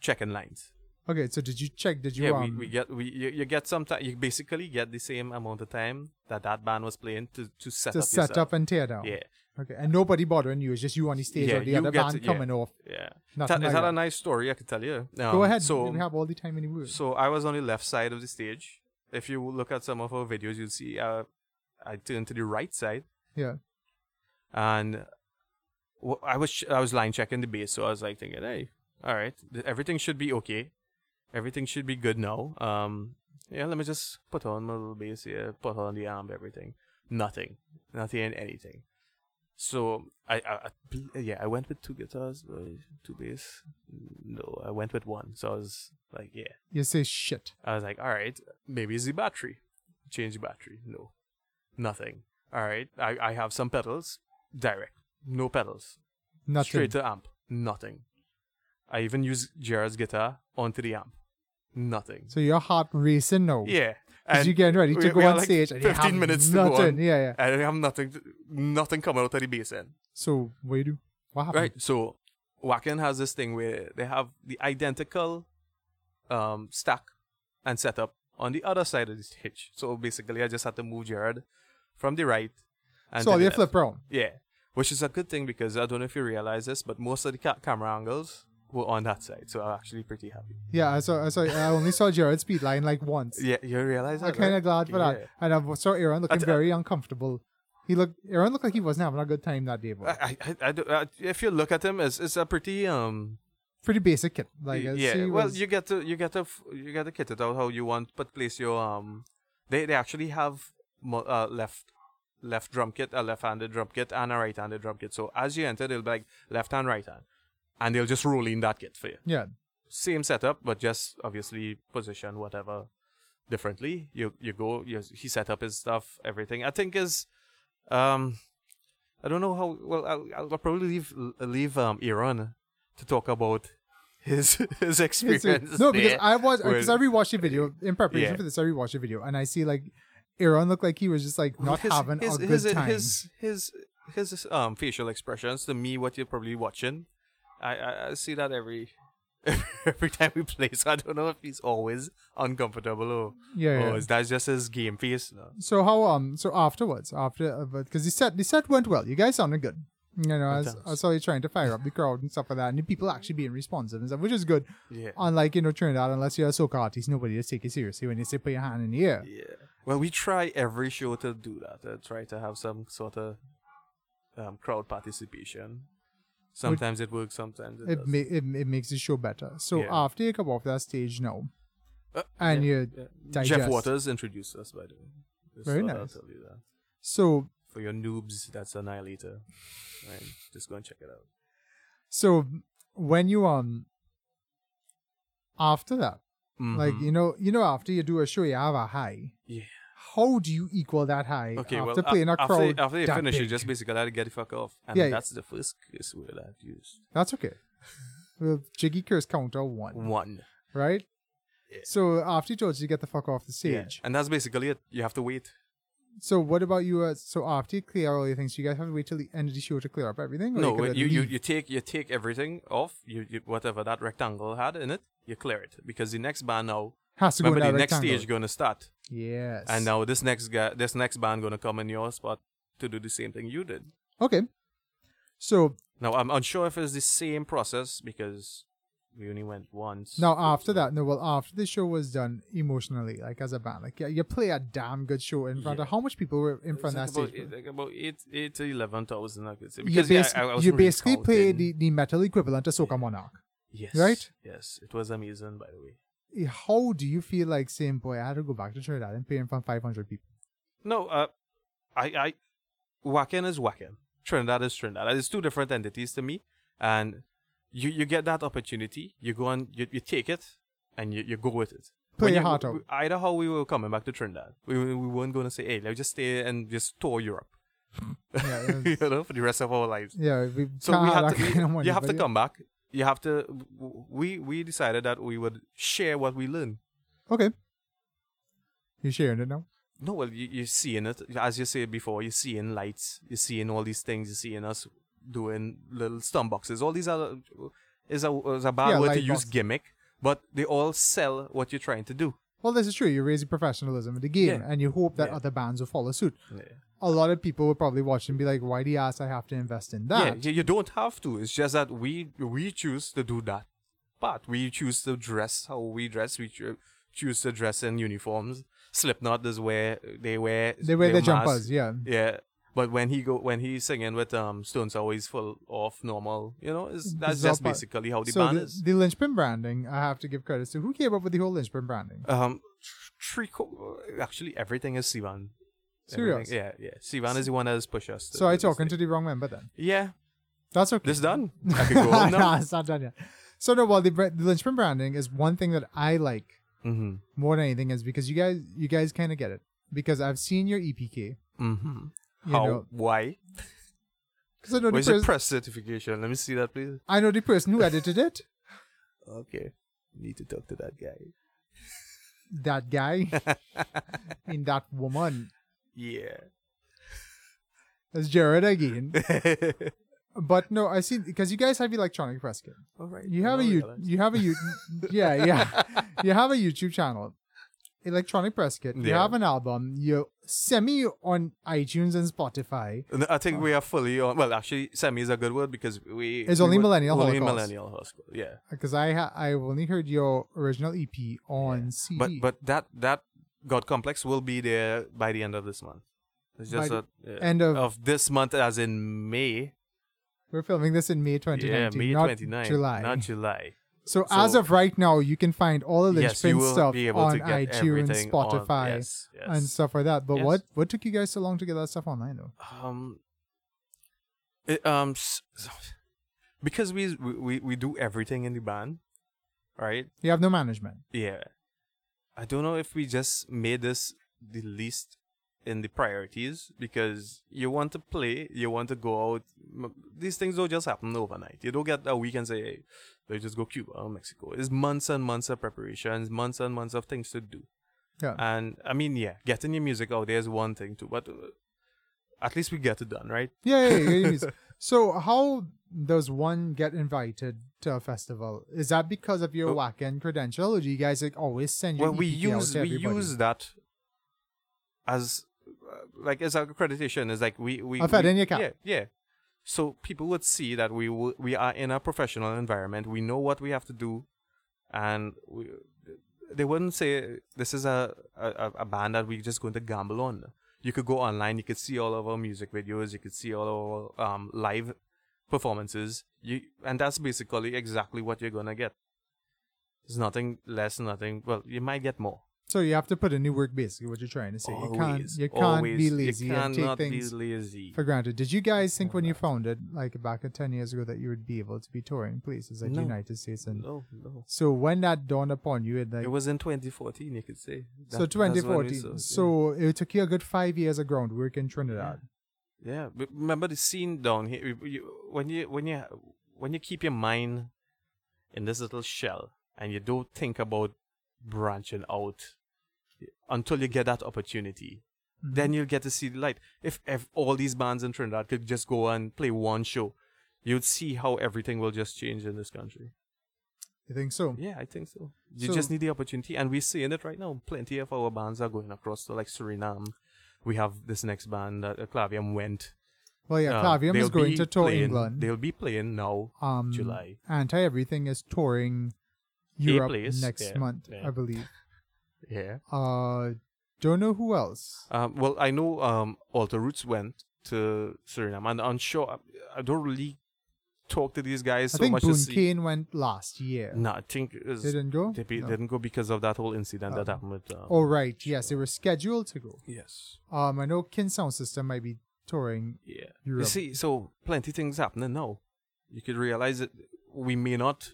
S2: checking lines
S1: Okay, so did you check? Did you
S2: yeah
S1: um?
S2: we, we get we you, you get some time you basically get the same amount of time that that band was playing to to set
S1: to
S2: up
S1: set
S2: yourself.
S1: up and tear down.
S2: yeah
S1: Okay, and nobody bothering you. It's just you on the stage
S2: Yeah,
S1: or the
S2: you
S1: other
S2: get
S1: band
S2: to- yeah.
S1: coming off.
S2: yeah
S1: Nothing
S2: Tha- is
S1: like
S2: that
S1: that.
S2: a nice story i could tell you
S1: Go
S2: Um,
S1: ahead.
S2: so
S1: we have all the time in the world.
S2: So I was on the left side of the stage. If you look at some of our videos, you'll see uh, I turned to the right side,
S1: yeah.
S2: and Wh- I was ch- I was line checking the base, so I was like thinking, hey, all right, th- everything should be okay, everything should be good now. Um, yeah, let me just put on my little base here, put on the amp, everything. Nothing, nothing, anything. So I, I, I bl- yeah, I went with two guitars, uh, two bass. No, I went with one. So I was like, yeah,
S1: You say shit.
S2: I was like, all right, maybe it's the battery. Change the battery. No, nothing. All right, I, I have some pedals, direct, no pedals,
S1: Nothing.
S2: straight to amp, nothing. I even use Jared's guitar onto the amp, nothing.
S1: So your heart racing now.
S2: Yeah,
S1: Because you're getting ready to go
S2: are
S1: on stage and you have
S2: Fifteen minutes
S1: nothing.
S2: to go on.
S1: Yeah, yeah.
S2: I have nothing, to, nothing coming out of the bass end.
S1: So what you do? What happened?
S2: Right. So Wacken has this thing where they have the identical um, stack and setup on the other side of the stage. So basically, I just had to move Jared from the right. And
S1: so
S2: to
S1: they
S2: the left.
S1: flip around.
S2: Yeah, which is a good thing because I don't know if you realize this, but most of the ca- camera angles were on that side. So I'm actually pretty happy.
S1: Yeah, I saw. I saw. I only saw Jared's speed line like once.
S2: Yeah, you realize that.
S1: I'm kind of
S2: right? uh,
S1: glad for that. And I saw Aaron looking
S2: t-
S1: very uncomfortable. He looked. Aaron looked like he wasn't having a good time that day. But
S2: I, I, I, do- I, if you look at him, it's, it's a pretty um
S1: pretty basic kit. Like
S2: Y-
S1: I
S2: yeah,
S1: see
S2: well,
S1: was-
S2: you get to you get to f- you get to kit it out how you want, but place your um. They they actually have mo- uh, left left drum kit, a left-handed drum kit, and a right-handed drum kit. So as you enter, they'll be like left hand, right hand, and they'll just roll in that kit for you.
S1: yeah.
S2: Same setup, but just obviously position whatever differently. You you go. You, he set up his stuff, everything. I think is um. I don't know how. Well, I'll, I'll probably leave leave um Iran to talk about his his
S1: It's-
S2: experience.
S1: uh, no, because
S2: there.
S1: I was uh,
S2: where-
S1: because I rewatched the video in preparation
S2: Yeah.
S1: for this. I rewatched the video and I see like Aaron looked like he was just like not
S2: his,
S1: having
S2: his,
S1: a good
S2: his,
S1: time.
S2: His his his um facial expressions to me, what you're probably watching, I I, I see that every. Every time we play, so I don't know if he's always uncomfortable or,
S1: yeah. yeah.
S2: or is that just his game face? No.
S1: so how um so afterwards after because the set the set went well. You guys sounded good. You know, I, s- I
S2: thanks.
S1: saw you trying to fire up the crowd and stuff like that, and the people actually being responsive and stuff, which is good.
S2: Yeah,
S1: Unlike you know Trinidad, unless you're a soca artist, nobody will take you seriously when you say put your hand in the air.
S2: yeah. Well, we try every show to do that. Uh, try to have some sort of um, crowd participation. Sometimes it works, sometimes it,
S1: It,
S2: doesn't.
S1: ma- it it makes the show better. So
S2: Yeah.
S1: after you come off that stage now,
S2: Uh,
S1: and you
S2: Yeah. Jeff
S1: digest.
S2: Waters introduced us, by the way. Just
S1: Very
S2: thought
S1: nice.
S2: I'll tell you that.
S1: so
S2: For your noobs, that's Annihilator. Right? Just go and check it out.
S1: so when you um after that like
S2: Mhm.
S1: you know you know after you do a show you have a high
S2: yeah.
S1: how do you equal that high
S2: Okay, well,
S1: after playing
S2: a-
S1: a
S2: after,
S1: crowd
S2: after you
S1: that
S2: finish, you
S1: big?
S2: just basically had to get the fuck off. And
S1: Yeah, yeah.
S2: that's the first curse word I've used.
S1: that's okay well jiggy curse counter one
S2: One.
S1: right
S2: Yeah.
S1: so after george you get the fuck off the
S2: Yeah.
S1: stage
S2: And that's basically it. You have to wait.
S1: so what about you uh, so after you clear all your things you guys have to wait till the end of the show to clear up everything or
S2: no,
S1: could
S2: wait,
S1: let
S2: you,
S1: it
S2: you,
S1: leave?
S2: you take you take everything off, you, you whatever that rectangle had in it, you clear it. Because the next band now
S1: has to go in
S2: remember the
S1: that
S2: next
S1: rectangle.
S2: stage gonna start.
S1: yes
S2: And uh, now this next guy this next band gonna come in your spot to do the same thing you did.
S1: okay so
S2: Now I'm unsure if it's the same process because we only went once.
S1: Now after that, no, well after the show was done emotionally, like as a band, like yeah, you play a damn good show in front
S2: Yeah.
S1: of how much people were in
S2: It's
S1: front
S2: like
S1: of that
S2: about,
S1: stage.
S2: eight- like about eight, eight to eleven thousand. I could say
S1: You,
S2: because yeah,
S1: basi-
S2: I, I was
S1: you basically play the, the metal equivalent of Soca Monarch.
S2: yes,
S1: right?
S2: Yes, it was amazing. By the way,
S1: Eh, How do you feel like saying, boy, I had to go back to Trinidad and play in front of 500 people?
S2: no, uh, I, I, Wacken is Wacken. Trinidad is Trinidad. It's two different entities to me, and you you get that opportunity. You go and you, you take it, and you, you go with it.
S1: Play
S2: When
S1: your
S2: you-
S1: heart out.
S2: Either how we were coming back to Trinidad, we we weren't going to say, hey, let's just stay and just tour Europe.
S1: Hmm. Yeah, it
S2: you know, for the rest of our lives.
S1: Yeah, we
S2: So
S1: can't
S2: we
S1: have
S2: have
S1: that
S2: to,
S1: kind of money,
S2: you have
S1: but
S2: to
S1: yeah.
S2: come back. You have to. We we decided that we would share what we learn.
S1: Okay. You sharing it now?
S2: No, well, you, you're seeing it as you said before. You're seeing lights. You're seeing all these things. You're seeing us doing little stun boxes. All these are is a is a bad
S1: Yeah,
S2: word to
S1: light
S2: use
S1: box.
S2: gimmick, but they all sell what you're trying to do.
S1: Well, this is true. You raise your professionalism in the game
S2: Yeah.
S1: and you hope that
S2: Yeah.
S1: other bands will follow suit.
S2: Yeah,
S1: A lot of people will probably watch and be like, why the ass I have to invest in that?
S2: you, you don't have to. It's just that we we choose to do that. But we choose to dress how we dress. We cho- choose to dress in uniforms. Slipknot is where they wear
S1: They wear their
S2: mask.
S1: jumpers, yeah.
S2: Yeah. But when he go when he's singing with um Stones always full off normal, you know, is that's
S1: It's all
S2: just
S1: part-
S2: basically how the
S1: so
S2: band
S1: the,
S2: is.
S1: the Lynchpin branding, I have to give credit to who came up with the whole Lynchpin branding.
S2: Um, tr- three co- actually everything is Sivan.
S1: Serious.
S2: Everything- Yeah, yeah. Sivan is the one that has pushed us. to
S1: so I
S2: this
S1: talking to
S2: thing.
S1: the wrong member then.
S2: Yeah,
S1: That's okay.
S2: this done. I could go home
S1: Nah,
S2: now.
S1: it's not done yet. So no, well, the, br- the Lynchpin branding is one thing that I like
S2: mm-hmm.
S1: more than anything is because you guys, you guys kind of get it because I've seen your EPK.
S2: Mm-hmm.
S1: You
S2: How?
S1: know,
S2: Why?
S1: because I know the
S2: Where's the
S1: person,
S2: press certification? Let me see that, please.
S1: I know the person who edited it.
S2: Okay, need to talk to that guy.
S1: That guy, and that woman.
S2: yeah.
S1: That's Jared again. But no, I see because you guys have electronic press kit.
S2: All right.
S1: You have a
S2: now I
S1: you,
S2: realize.
S1: you have a you, yeah yeah you have a YouTube channel, electronic press kit. You
S2: Yeah.
S1: have an album. You're semi on iTunes and Spotify.
S2: No, I think we are fully on. Well, actually, semi is a good word because we.
S1: Oh. It's
S2: we
S1: only
S2: were-
S1: Millennial
S2: Only
S1: Holocaust.
S2: millennial Holocaust. Yeah,
S1: Because I ha- I only heard your original EP on CD.
S2: but but that that God complex will be there by the end of this month. It's
S1: By
S2: just
S1: the
S2: a, yeah,
S1: end of-
S2: this month, as in May.
S1: we're filming this in May
S2: Yeah,
S1: 2019,
S2: May
S1: not
S2: 29,
S1: July.
S2: not July.
S1: so,
S2: so-
S1: as of right now, you can find all of the
S2: yes, you
S1: Lynchpin
S2: will
S1: stuff
S2: be able
S1: on
S2: to get
S1: iTunes,
S2: everything
S1: Spotify,
S2: on, yes, yes.
S1: and stuff like that. But
S2: Yes.
S1: what what took you guys so long to get that stuff online though?
S2: um it, um s- s- because we we- we we do everything in the band right
S1: You have no management.
S2: yeah i don't know if we just made this the least in the priorities because you want to play you want to go out M- these things don't just happen overnight you don't get a week and say hey, let's just go cuba or mexico it's months and months of preparations months and months of things to do
S1: Yeah.
S2: and i mean yeah getting your music out there is one thing too but uh, at least we get it done right
S1: Yeah, yeah, yeah, yeah, it is. so how does one get invited to a festival? Is that because of your
S2: Well-
S1: whack end credential, or do you guys like always send your E
S2: well we
S1: EPK out
S2: use
S1: to
S2: we
S1: everybody?
S2: use that as uh, like as our accreditation is like we we,
S1: A feather
S2: we-
S1: in your cap.
S2: yeah yeah so people would see that we w- we are in a professional environment we know what we have to do and we, they wouldn't say this is a, a a- a band that we're just going to gamble on you could go online you could see all of our music videos you could see all our um live performances you and that's basically exactly what you're gonna get there's nothing less nothing well you might get more
S1: So you have to put in new work, basically. What you're trying to say, you can't
S2: Always,
S1: you can't
S2: always.
S1: be lazy
S2: You
S1: and take
S2: cannot
S1: things
S2: be lazy.
S1: for granted. Did you guys think when you founded, like back at ten years ago, that you would be able to be touring places like the
S2: No.
S1: United States? And
S2: No, no.
S1: so when that dawned upon you, it like
S2: It was in 2014, you could say. That-
S1: so
S2: that's when we
S1: 2014.
S2: saw it, yeah.
S1: so it took you a good five years of groundwork in Trinidad.
S2: yeah, but remember the scene down here. You- you- when you when you when you keep your mind in this little shell and you don't think about branching out until you get that opportunity,
S1: Mm-hmm.
S2: then you'll get to see the light. If if all these bands in Trinidad could just go and play one show, you'd see how everything will just change in this country.
S1: You think so?
S2: Yeah, I think so. You
S1: So-
S2: just need the opportunity, and we're seeing it right now. Plenty of our bands are going across to like Suriname. We have this next band, uh, Clavium went.
S1: Well, yeah,
S2: Uh,
S1: Clavium is
S2: they'll
S1: going
S2: be
S1: to tour
S2: playing-
S1: England.
S2: They'll be playing now,
S1: um,
S2: July.
S1: Anti Everything is touring Europe
S2: place,
S1: next
S2: yeah,
S1: month,
S2: yeah.
S1: I believe.
S2: Yeah.
S1: Uh, don't know who else.
S2: Um, well, I know um, Alter Roots went to Suriname, and I'm sure I- I don't really talk to these guys
S1: I
S2: so
S1: think
S2: much.
S1: Boone
S2: as see.
S1: Kane went last year.
S2: No, I think it was,
S1: They didn't go.
S2: they be-
S1: No.
S2: didn't go because of that whole incident that happened with. Um,
S1: Oh right, yes, they were scheduled to go.
S2: yes.
S1: Um, I know Kin Sound System might be touring.
S2: Yeah. You
S1: Europe.
S2: see, so plenty things happening now. You could realize that we may not.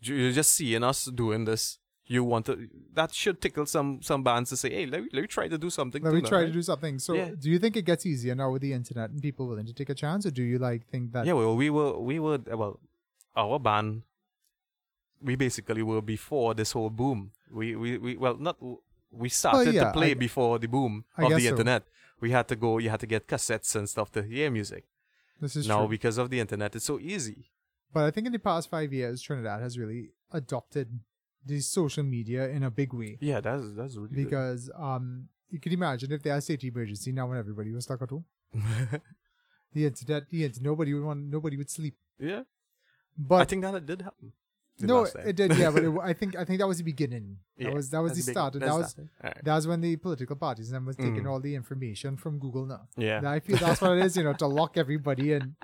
S2: you- You're just seeing us doing this. You want to. That should tickle some some bands to say, "Hey, let me let me try to do something."
S1: Let
S2: too
S1: me
S2: now,
S1: try
S2: right?"
S1: to do something. So,
S2: Yeah.
S1: do you think it gets easier now with the internet and people willing to take a chance, or do you like think that?
S2: Yeah, well, we were we were well, our band. We basically were before this whole boom. We we, we well not we started
S1: Oh, yeah,
S2: to play
S1: I-
S2: before the boom
S1: I
S2: of
S1: guess
S2: the
S1: so.
S2: internet. We had to go. You had to get cassettes and stuff to hear music.
S1: this is
S2: now
S1: true.
S2: because of the internet, it's so easy.
S1: But I think in the past five years, Trinidad has really adopted the social media in a big way.
S2: Yeah, that's that's really good.
S1: because um you could imagine if there's a safety emergency now when everybody was stuck at home the internet the internet nobody would want nobody would sleep
S2: yeah.
S1: but
S2: I think that it did happen. did
S1: no,
S2: last time.
S1: it did. Yeah, but it, wa- I think I think that was the beginning. That
S2: Yeah,
S1: was that was
S2: that's
S1: the
S2: big-
S1: start. That
S2: that's
S1: was
S2: starting. All right.
S1: that was when the political parties and then was taking
S2: Mhm.
S1: all the information from Google now.
S2: Yeah.
S1: I feel that's what it is, you know, to lock everybody in.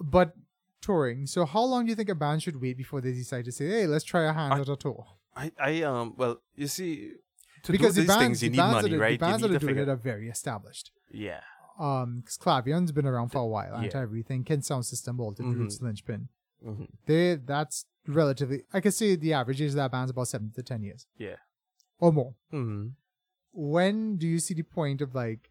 S1: But touring. So how long do you think a band should wait before they decide to say, "Hey, let's try a hand
S2: I-
S1: at a tour"?
S2: I, I um well you see to
S1: Because the
S2: do these
S1: bands,
S2: things you
S1: the
S2: need
S1: bands
S2: money
S1: that are,
S2: right
S1: the bands
S2: you need
S1: that are
S2: to
S1: doing
S2: figure
S1: it are very established.
S2: yeah
S1: Um, 'cause Clavion's been around for a while.
S2: yeah.
S1: Anti everything, Ken Sound System, Bolton
S2: Mhm.
S1: Roots, Lynchpin.
S2: hmm
S1: They that's relatively. I can see the average age of that band's about seven to ten years.
S2: Yeah.
S1: or more.
S2: hmm
S1: When do you see the point of like?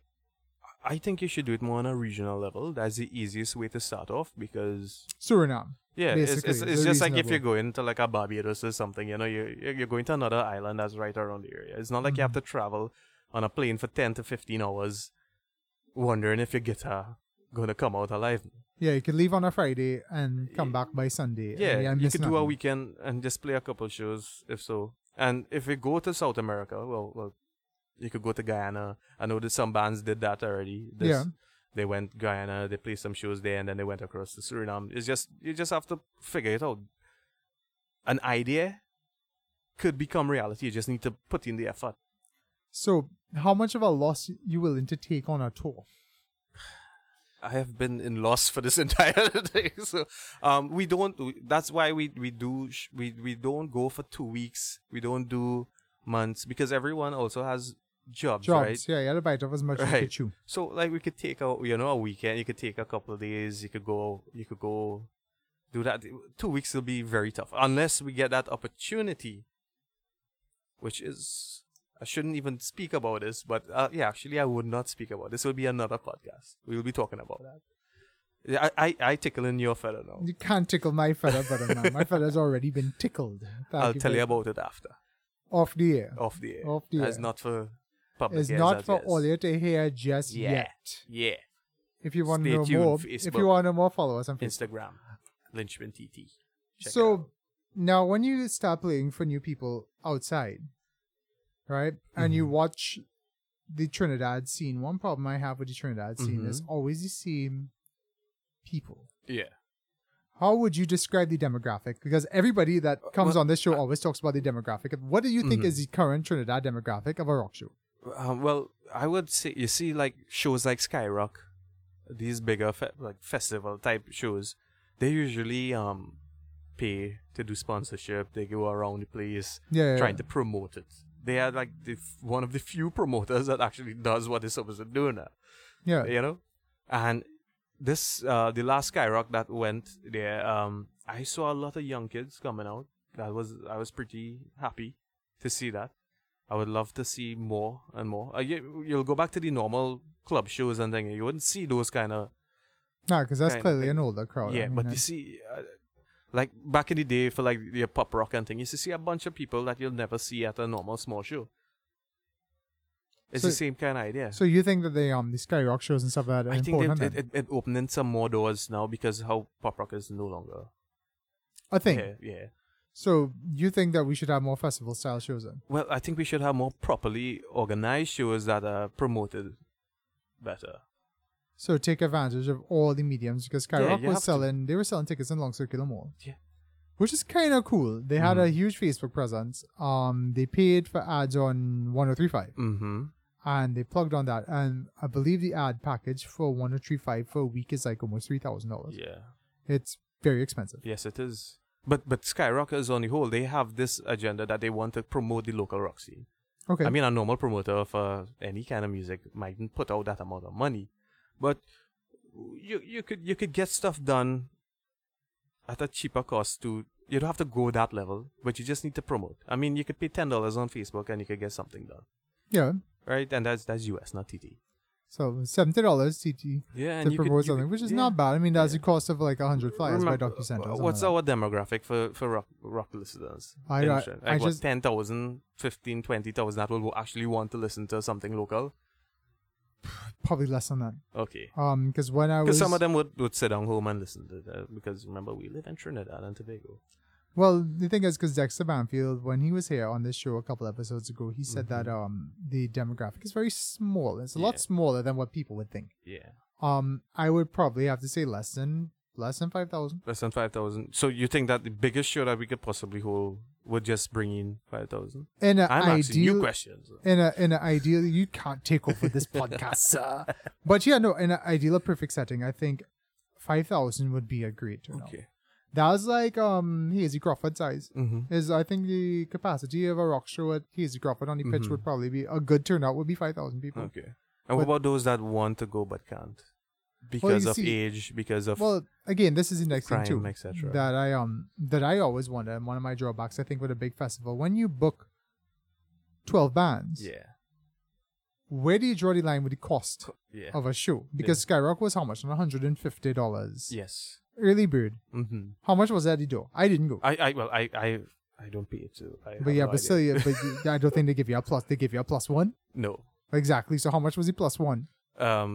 S2: I think you should do it more on a regional level that's the easiest way to start off because
S1: Suriname.
S2: yeah it's, it's,
S1: Basically,
S2: it's
S1: the
S2: just like if
S1: reasonable.
S2: you're going to like a Barbados or something you know you you're you're going to another island that's right around the area it's not like you
S1: Mm-hmm.
S2: have to travel on a plane for 10 to 15 hours wondering if your guitar going to come out alive
S1: Yeah, you could leave on a Friday and come back by Sunday. and
S2: Yeah,
S1: you
S2: you
S1: miss
S2: could do a
S1: nothing.
S2: weekend and just play a couple shows if so. And if we go to South America, well, well, you could go to Guyana. I know that some bands did that already. This-
S1: Yeah.
S2: They went Guyana, they played some shows there, and then they went across to Suriname. It's just you just have to figure it out. An idea could become reality. You just need to put in the effort.
S1: So, how much of a loss you willing to take on a tour?
S2: I have been in loss for this entire thing. So, um, we don't. That's why we we do sh- we we don't go for two weeks. We don't do months because everyone also has jobs,
S1: Jobs,
S2: right?
S1: yeah, you had to bite off as much as you could
S2: Right.
S1: chew.
S2: So, like, we could take a you know a weekend. You could take a couple of days. You could go. You could go. Do that. Two weeks will be very tough unless we get that opportunity, which is. I shouldn't even speak about this, but uh, yeah, actually, I would not speak about this. Will be another podcast. We will be talking about that. Yeah, I, I, I tickle in your fellow now.
S1: You can't tickle my feather, brother, man. My feather's already been tickled. Thank
S2: I'll tell
S1: very-
S2: you about it after,
S1: Off the air.
S2: off the air.
S1: Off the
S2: That's
S1: air.
S2: not for public.
S1: it's
S2: airs,
S1: not
S2: that's
S1: for
S2: yes.
S1: all you to hear just
S2: Yeah.
S1: yet.
S2: Yeah,
S1: If you want to
S2: Stay
S1: know
S2: tuned,
S1: more, if you
S2: Facebook.
S1: want to know more, follow us on Facebook.
S2: Instagram, Lynchman TT. Check it out.
S1: so now when you start playing for new people outside right and
S2: Mm-hmm.
S1: you watch the trinidad scene one problem i have with the trinidad scene
S2: Mm-hmm.
S1: is always the same people
S2: yeah.
S1: how would you describe the demographic because everybody that comes
S2: Uh, well, Mm-hmm.
S1: on this show always talks about the demographic what do you think is the current trinidad demographic of a rock show
S2: Um, well, I would say you see like shows like Skyrock, these bigger fe- like festival type shows, they usually um pay to do sponsorship. They go around the place
S1: Yeah, yeah,
S2: trying
S1: yeah.
S2: to promote it. They are like the f- one of the few promoters that actually does what they're supposed to do now.
S1: yeah
S2: Uh, You know, and this uh the last Skyrock that went there, um, I saw a lot of young kids coming out. That was I was pretty happy to see that. I would love to see more and more. Uh, you, you'll go back to the normal club shows and thing. You wouldn't see those kind of
S1: no because that's
S2: Kind of
S1: clearly
S2: thing.
S1: an older crowd I
S2: yeah.
S1: mean,
S2: But
S1: uh,
S2: you see, uh, like back in the day for like your pop rock and thing, you used to see a bunch of people that you'll never see at a normal small show. It's the
S1: So-
S2: same kind of idea.
S1: so you think that they um the skyrock shows and stuff like that are
S2: I think
S1: important
S2: it, it,
S1: then?
S2: it, it opening some more doors now because how pop rock is no longer.
S1: i think
S2: Yeah, yeah.
S1: so you think that we should have more festival style shows then
S2: Well, I think we should have more properly organized shows that are promoted better.
S1: So take advantage of all the mediums because Skyrock
S2: you have
S1: was
S2: to.
S1: selling. They were selling tickets in Long Circular Mall.
S2: Yeah. Mm.
S1: Which is kind of cool. They had a huge Facebook presence. Um, they paid for ads on 1035
S2: Mm-hmm.
S1: and they plugged on that. And I believe the ad package for 1035 for a week is like almost $3,000.
S2: Yeah.
S1: It's very expensive.
S2: Yes, it is. But but Skyrockers on the whole, they have this agenda that they want to promote the local rock scene.
S1: Okay.
S2: I mean, a normal promoter of uh, any kind of music mightn't put out that amount of money, but you you could you could get stuff done at a cheaper cost. To you don't have to go that level, but you just need to promote. I mean, you could pay ten dollars on Facebook and you could get something done,
S1: yeah.
S2: right? And that's that's US, not TT.
S1: So $70 CT
S2: Yeah,
S1: to promote something, which is not bad. I mean, that's
S2: yeah.
S1: the cost of like 100 flyers by
S2: Remember,
S1: DocuCenter. or
S2: uh,
S1: something
S2: what's
S1: like
S2: our demographic for, for rock, rock listeners?
S1: I-
S2: In
S1: I-
S2: Trinidad?
S1: I
S2: like, what,
S1: just-
S2: 10,000, 15, 20,000 that will actually want to listen to something local.
S1: that. Probably less than that.
S2: Okay.
S1: Um, because when I was.
S2: Because some of them would, would sit down home and listen to that. Because remember, we live in Trinidad and Tobago.
S1: Well, the thing is, because Dexter Banfield, when he was here on this show a couple episodes ago, he said that um the demographic is very small. It's a
S2: Mm-hmm. Yeah.
S1: lot smaller than what people would think.
S2: Yeah.
S1: Um, I would probably have to say less than Less than 5,000?
S2: Less than 5,000. So you think that the biggest show that we could possibly hold would just bring in 5,000?
S1: In an
S2: I'm asking you
S1: ideal
S2: questions.
S1: in a in an ideal you can't take over this podcast sir but yeah no in an ideal or perfect setting i think 5000 would be a great turnout
S2: Okay.
S1: that's like um hazy crawford size
S2: Mm-hmm.
S1: is i think the capacity of a rock show at hazy crawford on the pitch
S2: Mhm.
S1: would probably be a good turnout would be 5000 people
S2: Okay. And what about those that want to go but can't? Because of
S1: see-
S2: age, because of
S1: well again this is the next thing
S2: crime,
S1: too
S2: etc.
S1: that i um that i always wonder and one of my drawbacks i think with a big festival when you book 12 bands
S2: Yeah.
S1: where do you draw the line with the cost
S2: Yeah.
S1: of a show because Skyrock was how much? One hundred and fifty dollars.
S2: Yes.
S1: Early bird.
S2: Mm-hmm.
S1: How much was that the door? I didn't go.
S2: I, I well I I I don't pay it too. I have
S1: but yeah,
S2: no
S1: but
S2: idea.
S1: still, yeah, but you- I don't think they give you a plus. They give you a plus one.
S2: no.
S1: Exactly. So how much was the plus one?
S2: Um,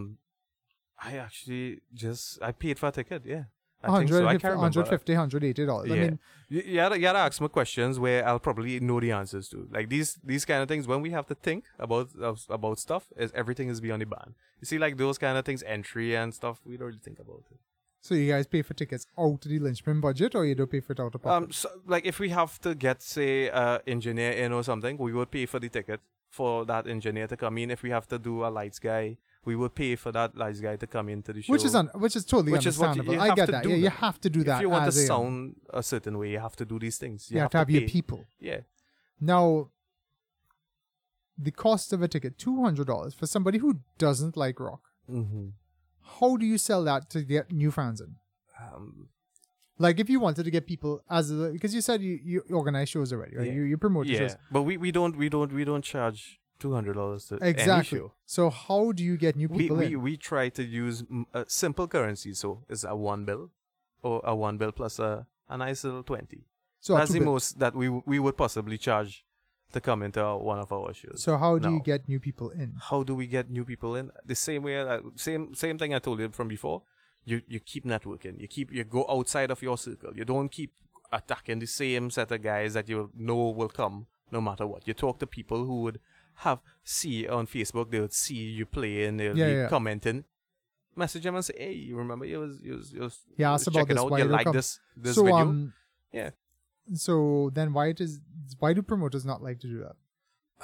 S2: I actually just I paid for a ticket. Yeah, I think so. I
S1: 150,
S2: can't remember.
S1: 150 180 dollars.
S2: Yeah,
S1: I mean,
S2: you, you, gotta, you gotta ask me questions where I'll probably know the answers to. Like these these kind of things when we have to think about of- about stuff is everything is beyond the ban. You see, like those kind of things, entry and stuff, we don't really think about it.
S1: so you guys pay for tickets out of the Lynchpin budget, or you don't pay for it out of pocket?
S2: Um, so, like if we have to get say uh engineer in or something, we would pay for the ticket for that engineer to come in. If we have to do a lights guy, we would pay for that lights guy to come into the show.
S1: which is un- which is totally
S2: Which is what you-
S1: understandable.
S2: you
S1: I
S2: have
S1: get
S2: to
S1: that.
S2: do
S1: Yeah, you
S2: that.
S1: have to do that.
S2: if you want to
S1: as a, um,
S2: sound a certain way, you have to do these things.
S1: you, have to have
S2: pay.
S1: your people.
S2: Yeah,
S1: Now, the cost of a ticket two hundred dollars for somebody who doesn't like rock.
S2: mm-hmm.
S1: how do you sell that to get new fans in?
S2: um,
S1: Like if you wanted to get people as a because you said you, you organize shows already, right?
S2: Yeah.
S1: You you promote
S2: yeah.
S1: shows.
S2: But we, we don't we don't we don't charge two hundred dollars to
S1: Exactly.
S2: any show.
S1: So how do you get new
S2: We,
S1: people
S2: we
S1: in?
S2: we try to use mm, a simple currency, so it's a one bill, or a one bill plus a a nice little twenty.
S1: so
S2: That's
S1: two
S2: the
S1: bit-
S2: most that we we would possibly charge to come into our- one of our shows.
S1: So how do you
S2: now.
S1: get new people in?
S2: How do we get new people in? The same way, uh, same same thing I told you from before. You you keep networking. You keep you go outside of your circle. You don't keep attacking the same set of guys that you know will come no matter what. You talk to people who would have see on Facebook. They would see you play and they'll
S1: Yeah,
S2: be
S1: yeah.
S2: commenting. Message them and say, "Hey, you remember you was you was, you was,
S1: You
S2: you
S1: asked
S2: was
S1: about
S2: checking
S1: this,
S2: Uh, out.
S1: why
S2: You
S1: you don't
S2: like
S1: come?"
S2: this this
S1: so
S2: video?
S1: um
S2: yeah.
S1: so then why it is why do promoters not like to do that?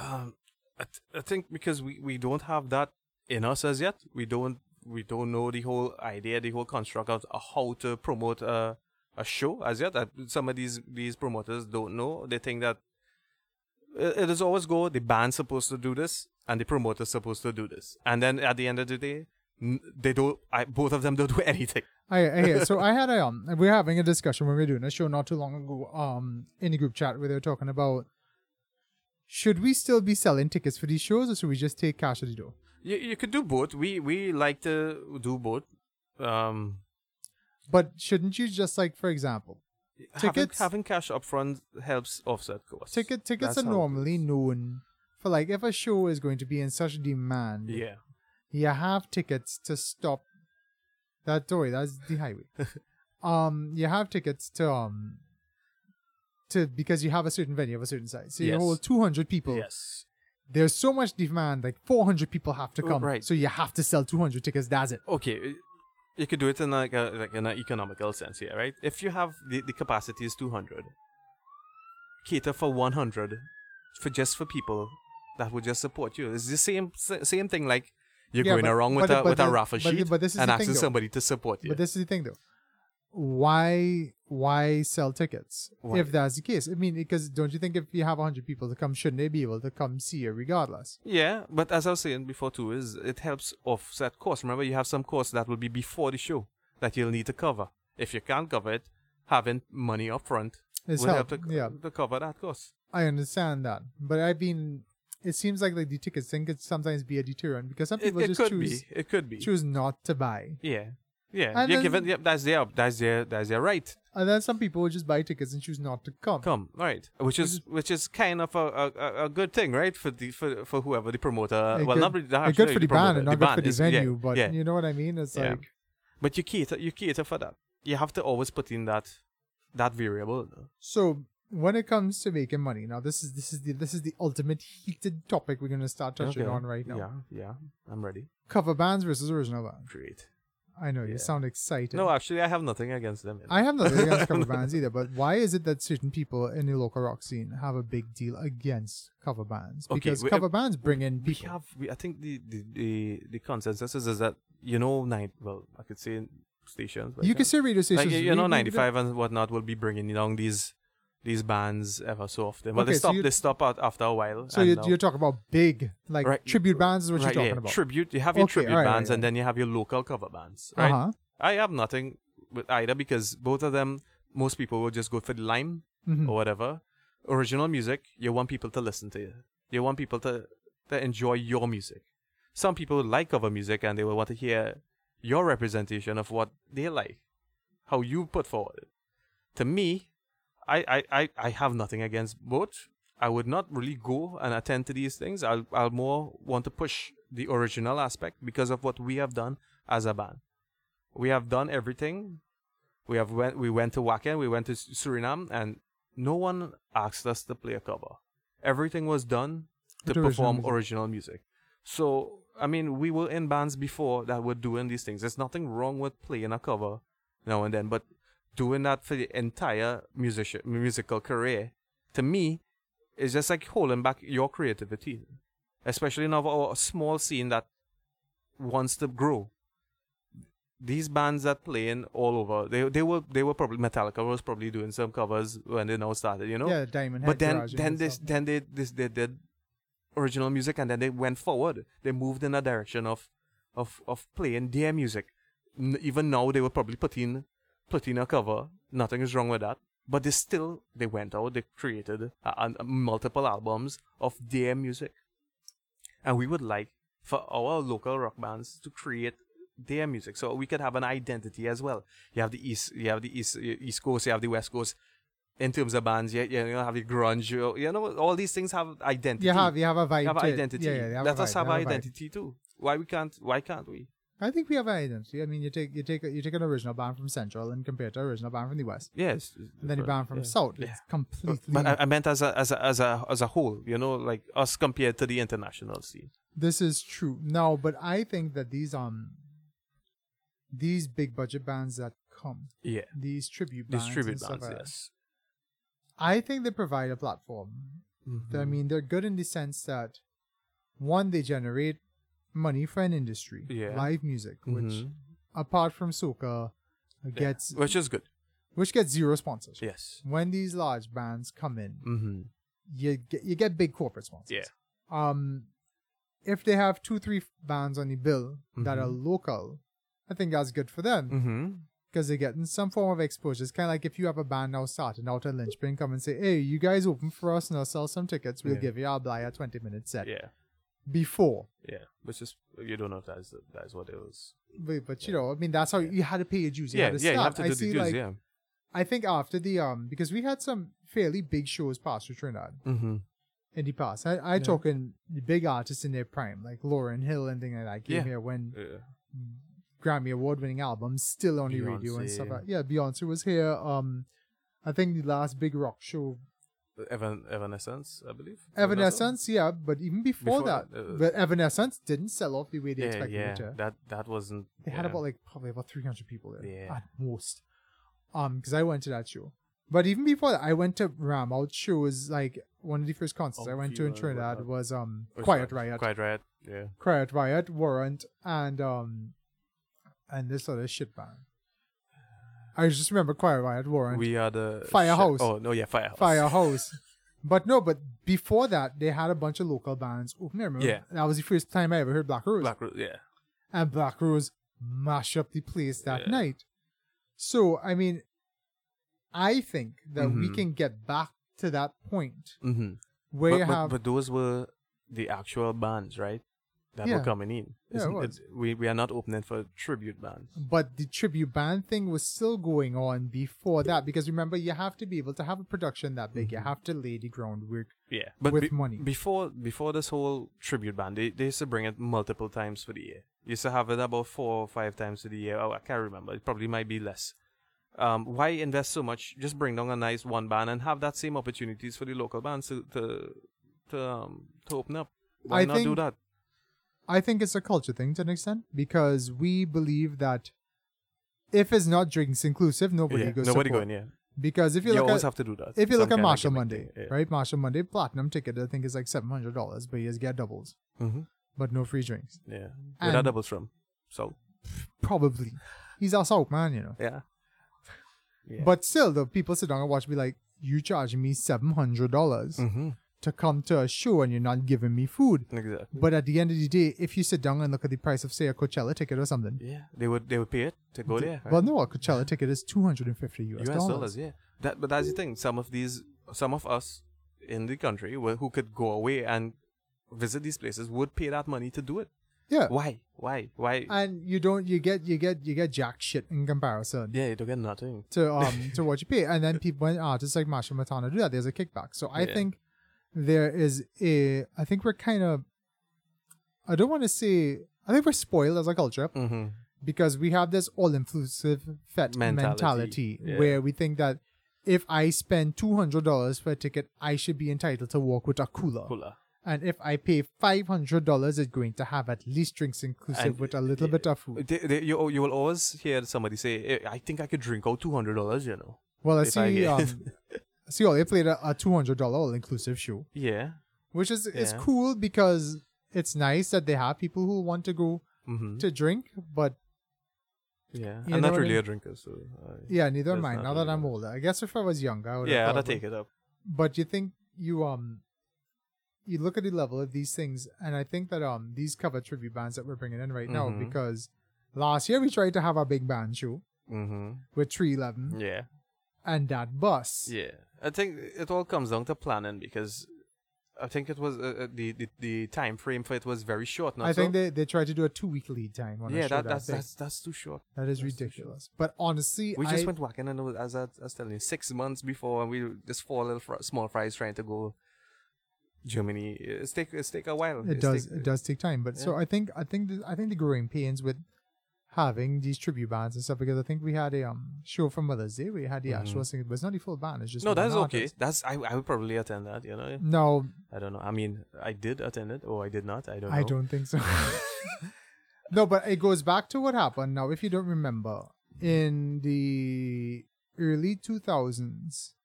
S2: Um, I, th- I think because we, we don't have that in us as yet. We don't we don't know the whole idea, the whole construct of uh, how to promote a a show as yet. Uh, some of these these promoters don't know. They think that uh, it, it is always go the band's supposed to do this and the promoter's supposed to do this, and then at the end of the day, n- they don't. I, both of them don't do anything.
S1: I, I hear. So I had a um, we were having a discussion when we were doing a show not too long ago um in the group chat where they were talking about should we still be selling tickets for these shows or should we just take cash at the door?
S2: You you could do both. We we like to do both. Um,
S1: But shouldn't you just like, for example, Tickets?
S2: Having, having cash upfront helps offset costs.
S1: ticket tickets
S2: That's
S1: are
S2: how it
S1: normally
S2: is.
S1: known for like if a show is going to be in such demand,
S2: Yeah.
S1: you have tickets to stop that door. That's the highway. um, you have tickets to um to because you have a certain venue of a certain size, so you
S2: Yes.
S1: hold two hundred people.
S2: Yes.
S1: There's so much demand, like four hundred people have to
S2: Oh,
S1: come,
S2: right.
S1: so you have to sell two hundred tickets. That's it.
S2: Okay. y- You could do it in like a like in an economical sense here, right? If you have the, the capacity is two hundred, cater for one hundred, for just for people that would just support you. It's the same sa- same thing like you're
S1: Yeah,
S2: going
S1: but-
S2: around with
S1: but-
S2: a
S1: but
S2: with a
S1: the-
S2: raffle
S1: but the-
S2: sheet
S1: but this is
S2: and
S1: the thing,
S2: asking
S1: though.
S2: somebody to support you.
S1: But this is the thing, though. Why why sell tickets
S2: Why?
S1: if that's the case? I mean, because don't you think if you have hundred people to come, shouldn't they be able to come see you regardless?
S2: yeah, but as I was saying before too, is it helps offset costs. Remember, you have some costs that will be before the show that you'll need to cover. If you can't cover it, having money up front
S1: It's
S2: will help
S1: help,
S2: to, c-
S1: yeah.
S2: to cover that cost.
S1: I understand that, but I've been. It seems like the tickets thing could sometimes be a deterrent because some
S2: It,
S1: people
S2: it
S1: just
S2: could
S1: choose
S2: be. It could be.
S1: choose not to buy,
S2: Yeah. Yeah.
S1: And
S2: You're
S1: then-
S2: given. Yep. That's their. That's their. That's their right.
S1: and then some people would just buy tickets and choose not to come.
S2: Come. Right. Which is which is kind of a, a, a- a good thing, right? For the for, for whoever the promoter.
S1: It
S2: uh, well,
S1: good,
S2: not really.
S1: it
S2: actually
S1: good for the band
S2: promoter,
S1: and not good for
S2: band
S1: the
S2: is- yeah,
S1: venue, but
S2: yeah.
S1: you know what I mean. It's
S2: Yeah.
S1: like
S2: But you cater. You cater for that. You have to always put in that that variable.
S1: So when it comes to making money, now this is this is the this is the ultimate heated topic we're gonna start touching
S2: Okay.
S1: on right now.
S2: Yeah. Yeah. I'm ready.
S1: Cover bands versus original bands.
S2: Great.
S1: I know
S2: Yeah.
S1: you sound excited.
S2: No, actually, I have nothing against them. you know.
S1: I have nothing against cover bands either, but why is it that certain people in the local rock scene have a big deal against cover bands?
S2: Okay,
S1: Because
S2: we-
S1: cover bands bring in
S2: we
S1: people.
S2: have we, i think the the, the the consensus is, is that you know nine well i could say stations but
S1: you can say radio
S2: like
S1: stations.
S2: you,
S1: we-
S2: know
S1: we-
S2: 95 and whatnot will be bringing along these these bands ever so often but
S1: Okay,
S2: they
S1: so
S2: stop
S1: you-
S2: they stop out after a while
S1: So
S2: and
S1: you're,
S2: now-
S1: you're talking about big, like
S2: Right,
S1: tribute bands is what
S2: right,
S1: you're
S2: yeah,
S1: talking about.
S2: tribute you have your
S1: Okay,
S2: tribute
S1: alright,
S2: bands
S1: right,
S2: and then you have your local cover bands right
S1: Uh-huh.
S2: i have nothing with either because both of them most people will just go for the lime
S1: Mhm.
S2: or whatever. Original music, you want people to listen to you. You want people to, to enjoy your music. Some people like cover music and they will want to hear your representation of what they like, how you put forward it. To me, I, I, I, I have nothing against both. I would not really go and attend to these things. I'll, I'll more want to push the original aspect because of what we have done as a band. We have done everything. We have went, we went to Wacken, we went to S- Suriname, and no one asked us to play a cover. Everything was done to
S1: With original
S2: perform
S1: music.
S2: original music. So, I mean, we were in bands before that were doing these things. There's nothing wrong with playing a cover now and then, but doing that for the entire musician musical career, to me, is just like holding back your creativity, especially in our, our small scene that wants to grow. These bands that playing all over, they they were they were probably Metallica was probably doing some covers when they now started, you know
S1: Yeah, Diamond Head
S2: but then
S1: Garage and
S2: then this
S1: stuff.
S2: then they this they did original music and then they went forward they moved in a direction of of of playing their music N- even now they were probably putting putting a cover nothing is wrong with that but they still they went out they created uh, an- multiple albums of their music and we would like for our local rock bands to create their music so we could have an identity as well you have the east you have the east uh, east coast you have the west coast in terms of bands you, you know have the grunge you you know all these things have identity
S1: you have you have a vibe.
S2: You have
S1: to it.
S2: identity
S1: Yeah, yeah, they have
S2: let
S1: a
S2: us
S1: vibe,
S2: have
S1: they
S2: our
S1: a vibe.
S2: identity too why we can't why can't we
S1: I think we have an identity. I mean, you take you take you take an original band from Central and compare it to an original band from the West,
S2: yes
S1: and then a band from
S2: yeah.
S1: South.
S2: Yeah.
S1: It's completely.
S2: but I, I meant as a as a as a as a whole you know like us compared to the international scene
S1: This is true. No, but I think that these um these big budget bands that come,
S2: yeah
S1: these tribute bands, and
S2: these tribute
S1: stuff
S2: bands
S1: like that,
S2: yes
S1: I think they provide a platform.
S2: Mm-hmm.
S1: I mean, they're good in the sense that one, they generate money for an industry,
S2: Yeah.
S1: live music, which
S2: Mhm.
S1: apart from soca gets
S2: Yeah. which is good
S1: which gets zero sponsorship.
S2: yes
S1: When these large bands come in,
S2: mm-hmm.
S1: you get you get big corporate sponsors.
S2: yeah
S1: um if they have two three bands on the bill that are local i think that's good for them
S2: mm-hmm.
S1: because they're getting some form of exposure it's kind of like if you have a band now starting out in lynchpin come and say hey you guys open for us and i'll sell some tickets we'll
S2: Yeah.
S1: give you our blyer 20 minute set
S2: yeah
S1: before
S2: yeah which is you don't know if that's that's what it was
S1: but, but you know i mean that's how you had to pay your dues you
S2: yeah
S1: had to
S2: yeah you
S1: start.
S2: have to
S1: i
S2: do
S1: see
S2: the dues
S1: like
S2: yeah
S1: i think after the um because we had some fairly big shows past through trinidad
S2: mm-hmm.
S1: in the past i i talking the big artists in their prime like lauren hill and things like that came
S2: Yeah.
S1: here when
S2: yeah
S1: Grammy award winning albums still on the radio and stuff. Like, yeah, Beyonce was here. Um, I think the last big rock show,
S2: Evan, Evanescence, I believe.
S1: Evanescence. Yeah, but even before,
S2: Before
S1: that,
S2: that, uh,
S1: but Evanescence didn't sell off the way they
S2: Yeah,
S1: expected
S2: yeah.
S1: it to.
S2: That that wasn't.
S1: They had
S2: yeah.
S1: about like probably about three hundred people there
S2: Yeah.
S1: at most. Um, because I went to that show, but even before that, I went to Ram out shows. Like one of the first concerts I
S2: Oh,
S1: went to in
S2: Fever and
S1: Trinidad
S2: whatnot.
S1: was um
S2: Or
S1: Quiet
S2: sorry,
S1: Riot,
S2: Quiet Riot. Yeah.
S1: Quiet Riot, Warrant, and um, and this other shit band. I just remember Quiet Riot, Warrant,
S2: We are the
S1: Firehouse.
S2: Oh no, yeah, Firehouse.
S1: Firehouse. but no, but before that, they had a bunch of local bands open. I remember
S2: Yeah.
S1: that was the first time I ever heard Black Rose,
S2: Black Ro- Yeah.
S1: and Black Rose mash up the place that
S2: Yeah.
S1: night. So I mean, I think that we
S2: Mhm.
S1: can get back to that point
S2: Mm-hmm.
S1: where
S2: but,
S1: you
S2: but-
S1: have
S2: but those were the actual bands, right? That
S1: Yeah.
S2: were coming in.
S1: Yeah, it
S2: Isn't
S1: was.
S2: we we are not opening for tribute bands.
S1: but the tribute band thing was still going on before that because remember you have to be able to have a production that big you
S2: Mm-hmm.
S1: have to lay the groundwork
S2: Yeah, but
S1: With
S2: be-
S1: money.
S2: before before this whole tribute band, they, they used to bring it multiple times for the year. Used to have it about four or five times for the year. Oh, I can't remember. It probably might be less. Um, why invest so much? Just bring down a nice one band and have that same opportunities for the local bands to to to, um, to open up. Why
S1: I
S2: not do
S1: think-
S2: that?
S1: I think it's a culture thing to an extent because we believe that if it's not drinks inclusive, nobody
S2: yeah.
S1: goes.
S2: Nobody
S1: support.
S2: going. Yeah,
S1: Because if you
S2: you,
S1: look
S2: always
S1: at
S2: have to do that.
S1: if you look
S2: Some
S1: at
S2: kind of
S1: Marshall
S2: gimmick
S1: Monday,
S2: thing,
S1: right? Marshall Monday platinum ticket, I think is like seven hundred dollars, but you just get doubles,
S2: Yeah. hmm
S1: but no free drinks.
S2: yeah. Where
S1: And-
S2: that doubles from? So
S1: Probably, he's our south man, you know.
S2: yeah. Yeah.
S1: But still, the people sit down and watch me like, you charging me seven hundred dollars
S2: hmm
S1: to come to a show and you're not giving me food.
S2: Exactly.
S1: But at the end of the day, if you sit down and look at the price of say a Coachella ticket or something,
S2: Yeah, they would they would pay it to go there.
S1: well, no, a Coachella ticket is two hundred and fifty US,
S2: US dollars. yeah. That, but that's the thing. Some of these, some of us in the country wh- who could go away and visit these places would pay that money to do it.
S1: Yeah,
S2: Why? Why? Why?
S1: and you don't you get you get you get jack shit in comparison.
S2: yeah, you don't get nothing.
S1: to um to what you pay. And then people and artists like Masha Matana do that. There's a kickback. So I
S2: Yeah.
S1: think there is a I think we're kind of I don't want to say I think we're spoiled as a culture
S2: Mm-hmm.
S1: because we have this all inclusive fet mentality,
S2: Mentality. Yeah.
S1: where we think that if I spend two hundred dollars for a ticket, I should be entitled to walk with a cooler.
S2: Cooler.
S1: And if I pay five hundred dollars, it's going to have at least drinks inclusive
S2: And-
S1: with a little bit of food.
S2: They, they, you, you will always hear somebody say, "Eh, I think I could drink out $200, you know.
S1: Well, I
S2: if I
S1: see.
S2: get-
S1: um, I see, oh, they played a, a two hundred dollar all inclusive show,
S2: Yeah.
S1: which is is
S2: Yeah.
S1: cool because it's nice that they have people who want to go
S2: Mm-hmm.
S1: to drink. But
S2: Yeah.
S1: You
S2: I'm
S1: know
S2: not
S1: what
S2: really
S1: I-
S2: a drinker, so. I,
S1: yeah, neither am
S2: That's
S1: I.
S2: not
S1: Now that
S2: really
S1: I'm
S2: bad.
S1: older, I guess if I was younger, I would.
S2: yeah, I'll
S1: probably-
S2: take it up.
S1: But you think you um, you look at the level of these things, and I think that um, these cover tribute bands that we're bringing in right now
S2: Mhm.
S1: because last year we tried to have a big band show
S2: Mm-hmm.
S1: with Three Eleven
S2: Yeah.
S1: and that bus.
S2: Yeah, I think it all comes down to planning because I think it was uh, uh, the, the the time frame for it was very short. Not
S1: I think
S2: so?
S1: they, they tried to do a two week lead time on a
S2: yeah,
S1: show
S2: that, that's
S1: big.
S2: that's that's too short.
S1: That is
S2: That's the issue.
S1: ridiculous. But honestly,
S2: We just
S1: I,
S2: went walking, and it was, as I, I was telling you, six months before, and we just four little fr- small fries trying to go Germany. It's take it's take a while.
S1: it
S2: It's
S1: does
S2: take-
S1: it does take time. But so I think I think the, I think the growing pains with having these tribute bands and stuff because I think we had a um show for Mother's Day. We had the
S2: Mhm.
S1: actual singer, but it's not the full band. It's just
S2: No,
S1: one
S2: that's okay.
S1: artist.
S2: That's I I would probably attend that. You know,
S1: No,
S2: I don't know. I mean, I did attend it, or I did not. I don't. know.
S1: I don't think so. no, but it goes back to what happened. Now, if you don't remember, in the early two thousands,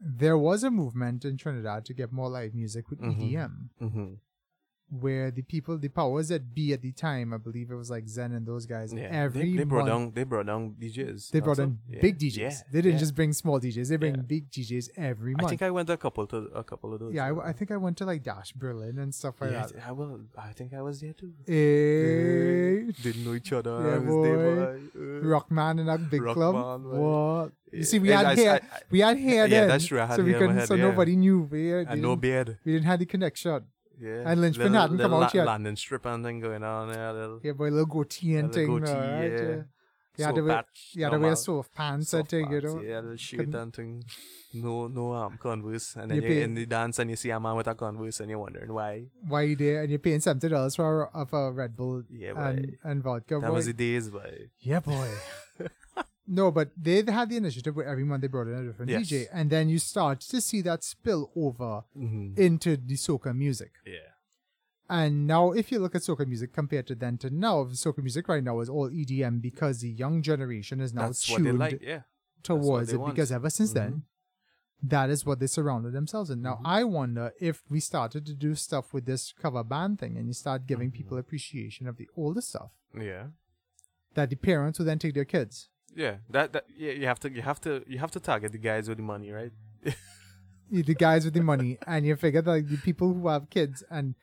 S1: there was a movement in Trinidad to get more live music with E
S2: Mhm.
S1: EDM.
S2: Mm-hmm.
S1: where the people, the powers that be at the time, I believe it was like Zen and those guys.
S2: Yeah,
S1: every
S2: they, they brought
S1: month,
S2: down they brought down DJs.
S1: they
S2: not
S1: brought
S2: so?
S1: in
S2: Yeah.
S1: big DJs.
S2: Yeah,
S1: They didn't
S2: yeah.
S1: just bring small DJs. They bring
S2: Yeah.
S1: big DJs every
S2: I
S1: month.
S2: think I went to a couple to a couple of those.
S1: yeah, I,
S2: uh,
S1: w- I think I went to like Dash Berlin and stuff like
S2: yeah, I,
S1: that.
S2: th- I will. I think I was there too.
S1: Eh,
S2: Didn't know each other.
S1: Yeah,
S2: I was there.
S1: boy.
S2: boy. Uh,
S1: Rockman in that big club.
S2: Rockman, right.
S1: what? You see, we
S2: Yeah,
S1: had
S2: I-
S1: hair.
S2: I- I-
S1: we had hair
S2: Yeah,
S1: then,
S2: that's true, I had
S1: so we
S2: hair in my
S1: couldn't.
S2: head,
S1: so
S2: yeah.
S1: nobody knew. We, uh,
S2: and no
S1: didn't,
S2: beard.
S1: we didn't have the connection.
S2: Yeah.
S1: and Lynchpin hadn't come out yet.
S2: London strip and thing going on. Yeah, little,
S1: Yeah, boy, little goatee and
S2: little
S1: thing.
S2: goatee,
S1: right?
S2: yeah.
S1: yeah. You had
S2: Soft
S1: to wear,
S2: patch,
S1: you had to
S2: normal,
S1: wear soft pants, I
S2: soft
S1: think, you
S2: pants,
S1: know.
S2: Yeah, little shit
S1: couldn't-
S2: and thing. No, no um, converse. And then
S1: You
S2: you're
S1: pay-
S2: in the dance and you see a man with a converse and you're wondering why.
S1: why you there and you're paying seventy dollars for a, of a Red Bull
S2: Yeah, boy.
S1: and, and vodka.
S2: that
S1: Oh, boy.
S2: was the days, but
S1: yeah, boy. no, but they had the initiative where every month they brought in a different
S2: Yes.
S1: DJ, and then you start to see that spill over
S2: hmm
S1: into the soca music.
S2: yeah,
S1: And now, if you look at soca music compared to then to now, soca music right now is all EDM because the young generation is now
S2: that's what
S1: tuned
S2: they like. Yeah, what
S1: towards
S2: they
S1: it
S2: want. Mm-hmm.
S1: because ever since then that is what they surrounded themselves in now i wonder if we started to do stuff with this cover band thing and you start
S2: Mm-hmm.
S1: giving people appreciation of the older stuff
S2: yeah.
S1: that the parents will then take their kids
S2: Yeah, that, that yeah, you have to you have to you have to target the guys with the money, right?
S1: the guys with the money and you figure that the people who have kids and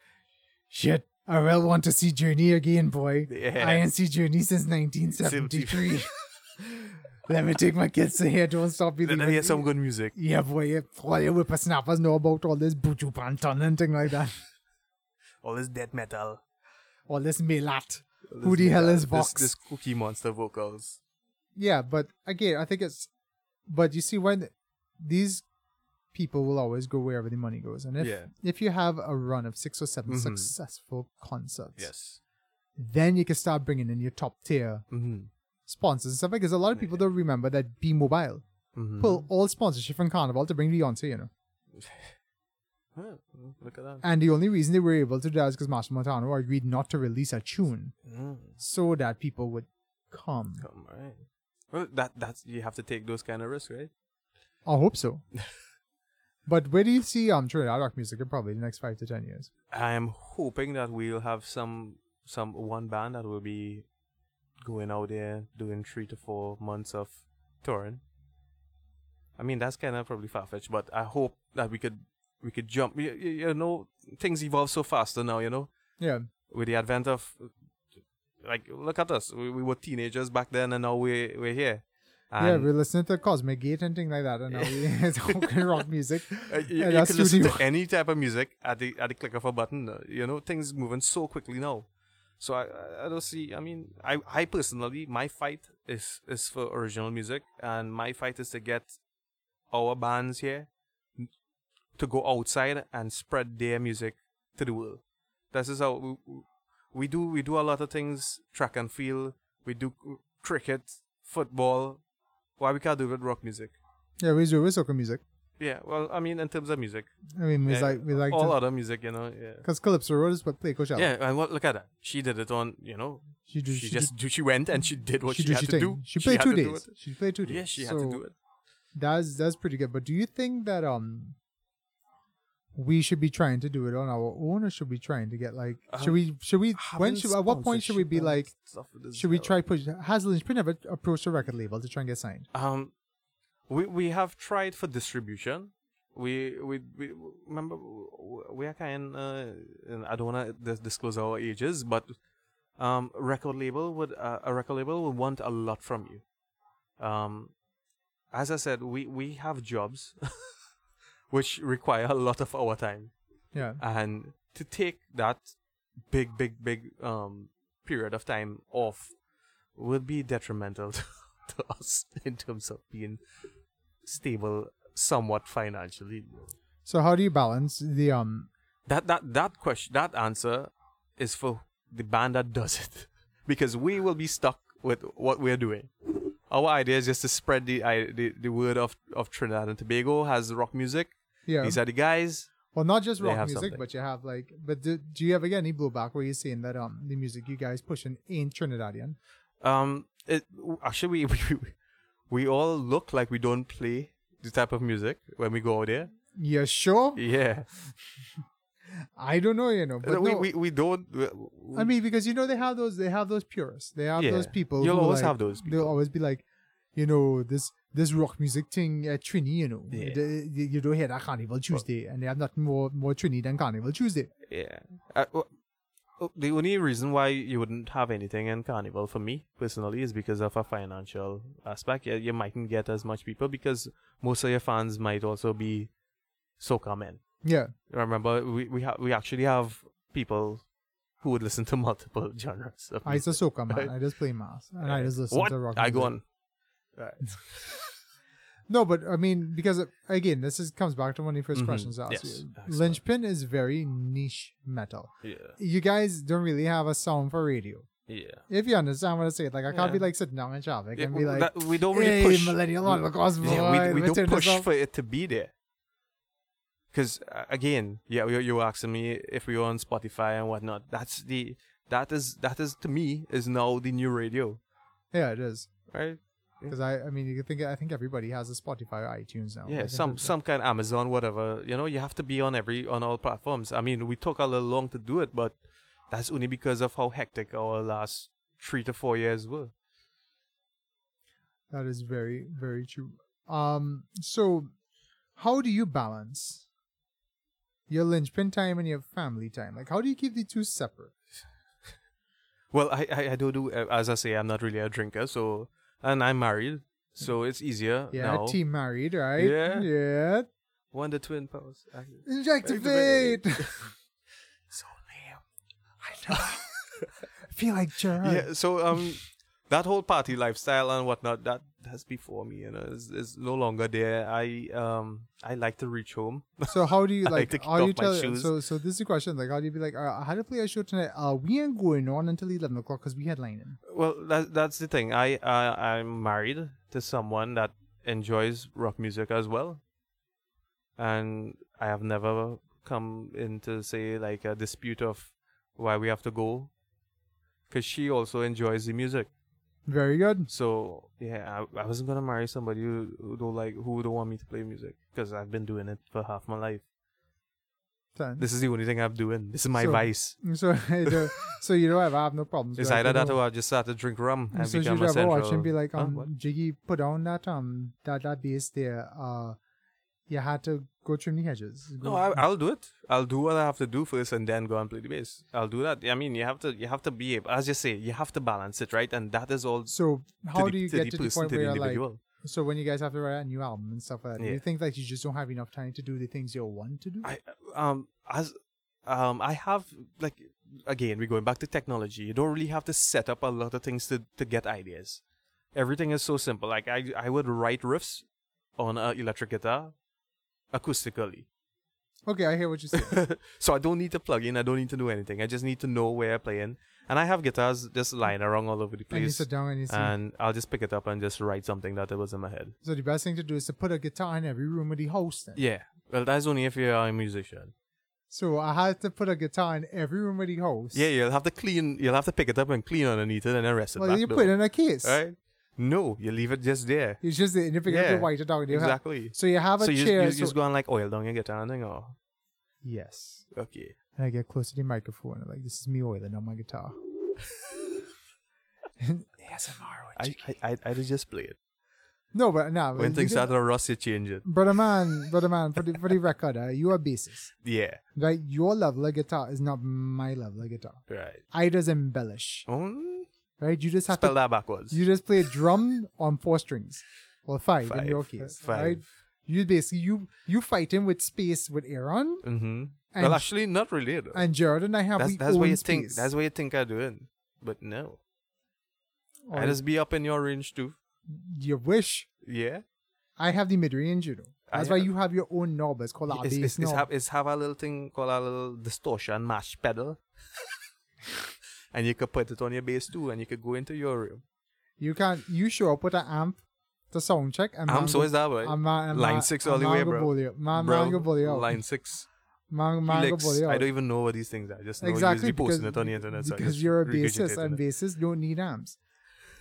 S1: shit i will want to see journey again boy
S2: Yeah.
S1: i ain't see journey since 1973 let me take my kids to here don't stop
S2: Then
S1: believing
S2: I hear some good music.
S1: yeah boy yeah, all your whippersnappers know about all this buju pantan and thing like that
S2: All this death metal.
S1: or this Milat.
S2: all
S1: Who
S2: this
S1: the hell
S2: metal,
S1: is
S2: this-
S1: Vox?
S2: This, Cookie Monster vocals.
S1: Yeah, but again, I think it's. But you see, when these people will always go wherever the money goes, and if
S2: Yeah.
S1: if you have a run of six or 7
S2: Mhm.
S1: successful concerts,
S2: Yes.
S1: then you can start bringing in your top tier
S2: Mm-hmm.
S1: sponsors and stuff. Because a lot of people don't remember that B Mobile
S2: mm-hmm.
S1: pull all sponsorship from Carnival to bring Beyonce, you know.
S2: look at that.
S1: And the only reason they were able to do that is because Marshall Montano agreed not to release a tune
S2: Mm.
S1: so that people would Come.
S2: Come right. Well, that that's you have to take those kind of risks, right?
S1: I hope so. but where do you see um Trinidad rock music in probably the next five to ten years?
S2: I am hoping that we'll have some some one band that will be going out there doing three to four months of touring. I mean that's kind of probably far fetched, but I hope that we could we could jump. You, you, you know, things evolve so faster now. You know,
S1: Yeah.
S2: with the advent of like look at us, we, we were teenagers back then, and now we we're here.
S1: yeah,
S2: And
S1: we're listening to Cosmic Gate and things like that, and now we talking rock music.
S2: Uh, you,
S1: Yeah,
S2: you
S1: that's
S2: can listen
S1: studio.
S2: to any type of music at the at the click of a button. uh, You know, things moving so quickly now. So I I- I don't see. I mean, I I personally my fight is is for original music, and my fight is to get our bands here to go outside and spread their music to the world. This is how we, we do we do a lot of things track and field. We do cricket, football. Why we can't do it with rock music?
S1: Yeah, we do we soccer music.
S2: Yeah, well, I mean, in terms of music,
S1: I mean, we
S2: yeah,
S1: like we like
S2: all
S1: to
S2: other music, you know. Yeah.
S1: because Calypso Road is what play Coachella.
S2: Yeah, and what, look at that. She did it on, you know,
S1: she do,
S2: she, just do, she went and she did
S1: do,
S2: what
S1: she,
S2: she,
S1: do
S2: had
S1: she
S2: to
S1: thing.
S2: do.
S1: She played
S2: had
S1: two
S2: to do
S1: days.
S2: it.
S1: She played two days.
S2: Yeah, she
S1: so
S2: had to do it.
S1: That's that's pretty good. But do you think that um we should be trying to do it on our own, or should we trying to get like should
S2: Um,
S1: we should we when should at what point should we be like should we try push Hazel and Spring never approached a record label to try and get signed?
S2: Um, we we have tried for distribution. We we, we remember we are kind. Uh, and I don't want to disclose our ages, but um, record label would uh, a record label will want a lot from you. Um, as I said, we we have jobs, which require a lot of our time
S1: Yeah.
S2: and to take that big big big um period of time off would be detrimental to, to us in terms of being stable somewhat financially
S1: So how do you balance the um
S2: that that that question that answer is for the band that does it because we will be stuck with what we're doing our idea is just to spread the i- the, the word of of trinidad and tobago has rock music
S1: yeah
S2: these are the guys
S1: well not just
S2: they
S1: rock
S2: have
S1: music
S2: something.
S1: but you have like but do, do you ever get any blowback where you're saying that um the music you guys pushing ain't Trinidadian?
S2: Um, it actually we, we we all look like we don't play the type of music when we go out there.
S1: Yeah, sure.
S2: Yeah, Uh,
S1: I don't know, you know, but
S2: we,
S1: no,
S2: we we don't. We,
S1: I mean because you know they have those they have those purists they have
S2: Yeah.
S1: those people
S2: You'll
S1: who,
S2: always
S1: like,
S2: have those
S1: they'll
S2: people.
S1: always be like you know this this rock music thing at Trini you know
S2: Yeah.
S1: the- you, you don't hear that Carnival Tuesday and they have nothing more more Trini than Carnival Tuesday
S2: yeah. Uh, well, uh, the only reason why you wouldn't have anything in Carnival for me personally is because of a financial aspect. You, you mightn't get as much people because most of your fans might also be soca men.
S1: yeah
S2: Remember, we we ha- we actually have people who would listen to multiple genres. Of
S1: I
S2: music.
S1: just a soca man
S2: Right.
S1: I just play mass and I just listen
S2: what?
S1: to rock
S2: I go
S1: music.
S2: on. Right.
S1: no but I mean because uh, again this is comes back to one of the 1st
S2: Mhm.
S1: questions I asked
S2: Yes.
S1: you
S2: Excellent.
S1: Lynchpin is very niche metal
S2: Yeah.
S1: you guys don't really have a sound for radio
S2: Yeah.
S1: if you understand what I say like I can't be
S2: Yeah.
S1: like sitting down in traffic
S2: Yeah,
S1: and be
S2: w-
S1: like
S2: that- we don't really
S1: hey,
S2: push.
S1: millennial on the cosmos.
S2: yeah, we, we
S1: turn this
S2: don't push
S1: up.
S2: for it to be there. Because again, yeah, you, you were asking me if we were on Spotify and whatnot. That's the that is that is to me is now the new radio,
S1: Yeah, it is.
S2: right?
S1: Because I, I mean, you think I think everybody has a Spotify or iTunes now. I
S2: Yeah,
S1: think
S2: some
S1: it's-
S2: some kind of Amazon, whatever. You know, you have to be on every on all platforms. I mean, we took a little long to do it, but that's only because of how hectic our last three to four years were.
S1: That is very very true. Um, so how do you balance your linchpin time and your family time? Like, how do you keep the two separate?
S2: Well, I, I, I don't do uh, as I say. I'm not really a drinker, so and I'm married, so it's easier
S1: Mm. Yeah,
S2: now.
S1: team married, right?
S2: Yeah.
S1: yeah.
S2: One the twin powers. I,
S1: Injectivate.
S2: so
S1: Feel like Gerard.
S2: Yeah. So um, that whole party lifestyle and whatnot that that's before me. You know, is is no longer there. I um I like to reach home.
S1: So how do you
S2: I like
S1: like?
S2: to kick
S1: are you
S2: off my
S1: tell?
S2: shoes.
S1: So so this is the question. Like, how do you be like? All right, I had to play a show tonight. Uh, we ain't going on until eleven o'clock because we headlining.
S2: Well, that that's the thing. I I I'm married to someone that enjoys rock music as well, and I have never come into say like a dispute of why we have to go, because she also enjoys the music.
S1: Very good.
S2: So yeah, I, I wasn't gonna marry somebody who, who don't like who don't want me to play music because I've been doing it for half my life.
S1: Then.
S2: This is the only thing I'm doing. This is my
S1: So-
S2: vice.
S1: So, I don't- so you know, I have no problems.
S2: It's
S1: with
S2: either that
S1: no.
S2: or I just start to drink rum and
S1: so
S2: become
S1: should
S2: a
S1: ever
S2: central.
S1: watch and be like,
S2: Huh?
S1: um,
S2: What?
S1: Jiggy, put on that um that that bass there. Uh, you had to go trim the hedges. Go-
S2: No, I, I'll do it. I'll do what I have to do first, and then go and play the bass. I'll do that. I mean, you have to, you have to be able, as you say, you have to balance it, right? And that is all. To
S1: so how
S2: the,
S1: do you
S2: to
S1: get
S2: the
S1: to the
S2: person,
S1: point
S2: to
S1: where
S2: the
S1: you're like,
S2: individual?
S1: so when you guys have to write a new album and stuff like that, do you
S2: Yeah.
S1: think like you just don't have enough time to do the things you want to do?
S2: I um as um I have like again we're going back to technology. You don't really have to set up a lot of things to to get ideas. Everything is so simple. Like I I would write riffs on an electric guitar acoustically.
S1: okay, I hear what you say.
S2: so I don't need to plug in, I don't need to do anything. I just need to know where I'm playing. And I have guitars just lying around all over the
S1: and you
S2: place.
S1: sit down and you see.
S2: And I'll just pick it up and just write something that was in my head.
S1: so the best thing to do is to put a guitar in every room of the house. Then.
S2: Yeah. Well that's only if you're a musician.
S1: So I had to put a guitar in every room of the house.
S2: Yeah, you'll have to clean you'll have to pick it up and clean underneath it and then rest it
S1: Well,
S2: back
S1: you
S2: though.
S1: put it in a case.
S2: right? No, you leave it just there.
S1: It's just that you pick up
S2: Yeah,
S1: the white dog. you have-
S2: Exactly.
S1: So you have a
S2: So you,
S1: chair.
S2: you
S1: so-
S2: just go and like oil down your guitar and thing, or
S1: yes.
S2: okay.
S1: And I get close to the microphone. I'm like, this is me oiling on my guitar. ASMR.
S2: I I I, I just play it.
S1: no, but nah.
S2: When
S1: you
S2: things
S1: can-
S2: start to rust, you change it.
S1: Brother man, brother man, for the, for the record, uh, you are bassist.
S2: Yeah,
S1: Like, your level of guitar is not my level of guitar.
S2: right.
S1: I just embellish,
S2: Um,
S1: right? You just have
S2: spell
S1: to,
S2: that backwards.
S1: you just play drum on four strings. Well, five, in your case, right? You basically, you you fighting with space with Aaron
S2: Mm-hmm.
S1: And-
S2: well, actually, not really. Though.
S1: and Jared and I have
S2: that's
S1: we
S2: that's what
S1: own
S2: you think.
S1: space.
S2: That's what you think I doing. But no,
S1: Or
S2: I just be up in your range too.
S1: you wish.
S2: Yeah,
S1: I have the mid range, you know.
S2: I
S1: That's why
S2: have-
S1: you have your own knob. It's called a
S2: it's,
S1: bass
S2: it's, it's,
S1: knob.
S2: have, it's have a little thing called a little distortion mash pedal, and you could put it on your bass too, and you could go into your room.
S1: You can you show up with an amp to sound check and
S2: I'm
S1: man
S2: so
S1: go-
S2: is that right?
S1: and man- and
S2: line
S1: man-
S2: six
S1: and
S2: all the
S1: man
S2: way,
S1: go
S2: bro.
S1: bully up. Man,
S2: Bro,
S1: man go bully out.
S2: line six.
S1: man, man go
S2: Helix.
S1: bully
S2: I
S1: out.
S2: don't even know what these things are. I just know
S1: exactly
S2: you
S1: because,
S2: posting it on the internet. so I
S1: because
S2: just
S1: you're a
S2: regurgitated
S1: bassist and
S2: it.
S1: bassists don't need amps.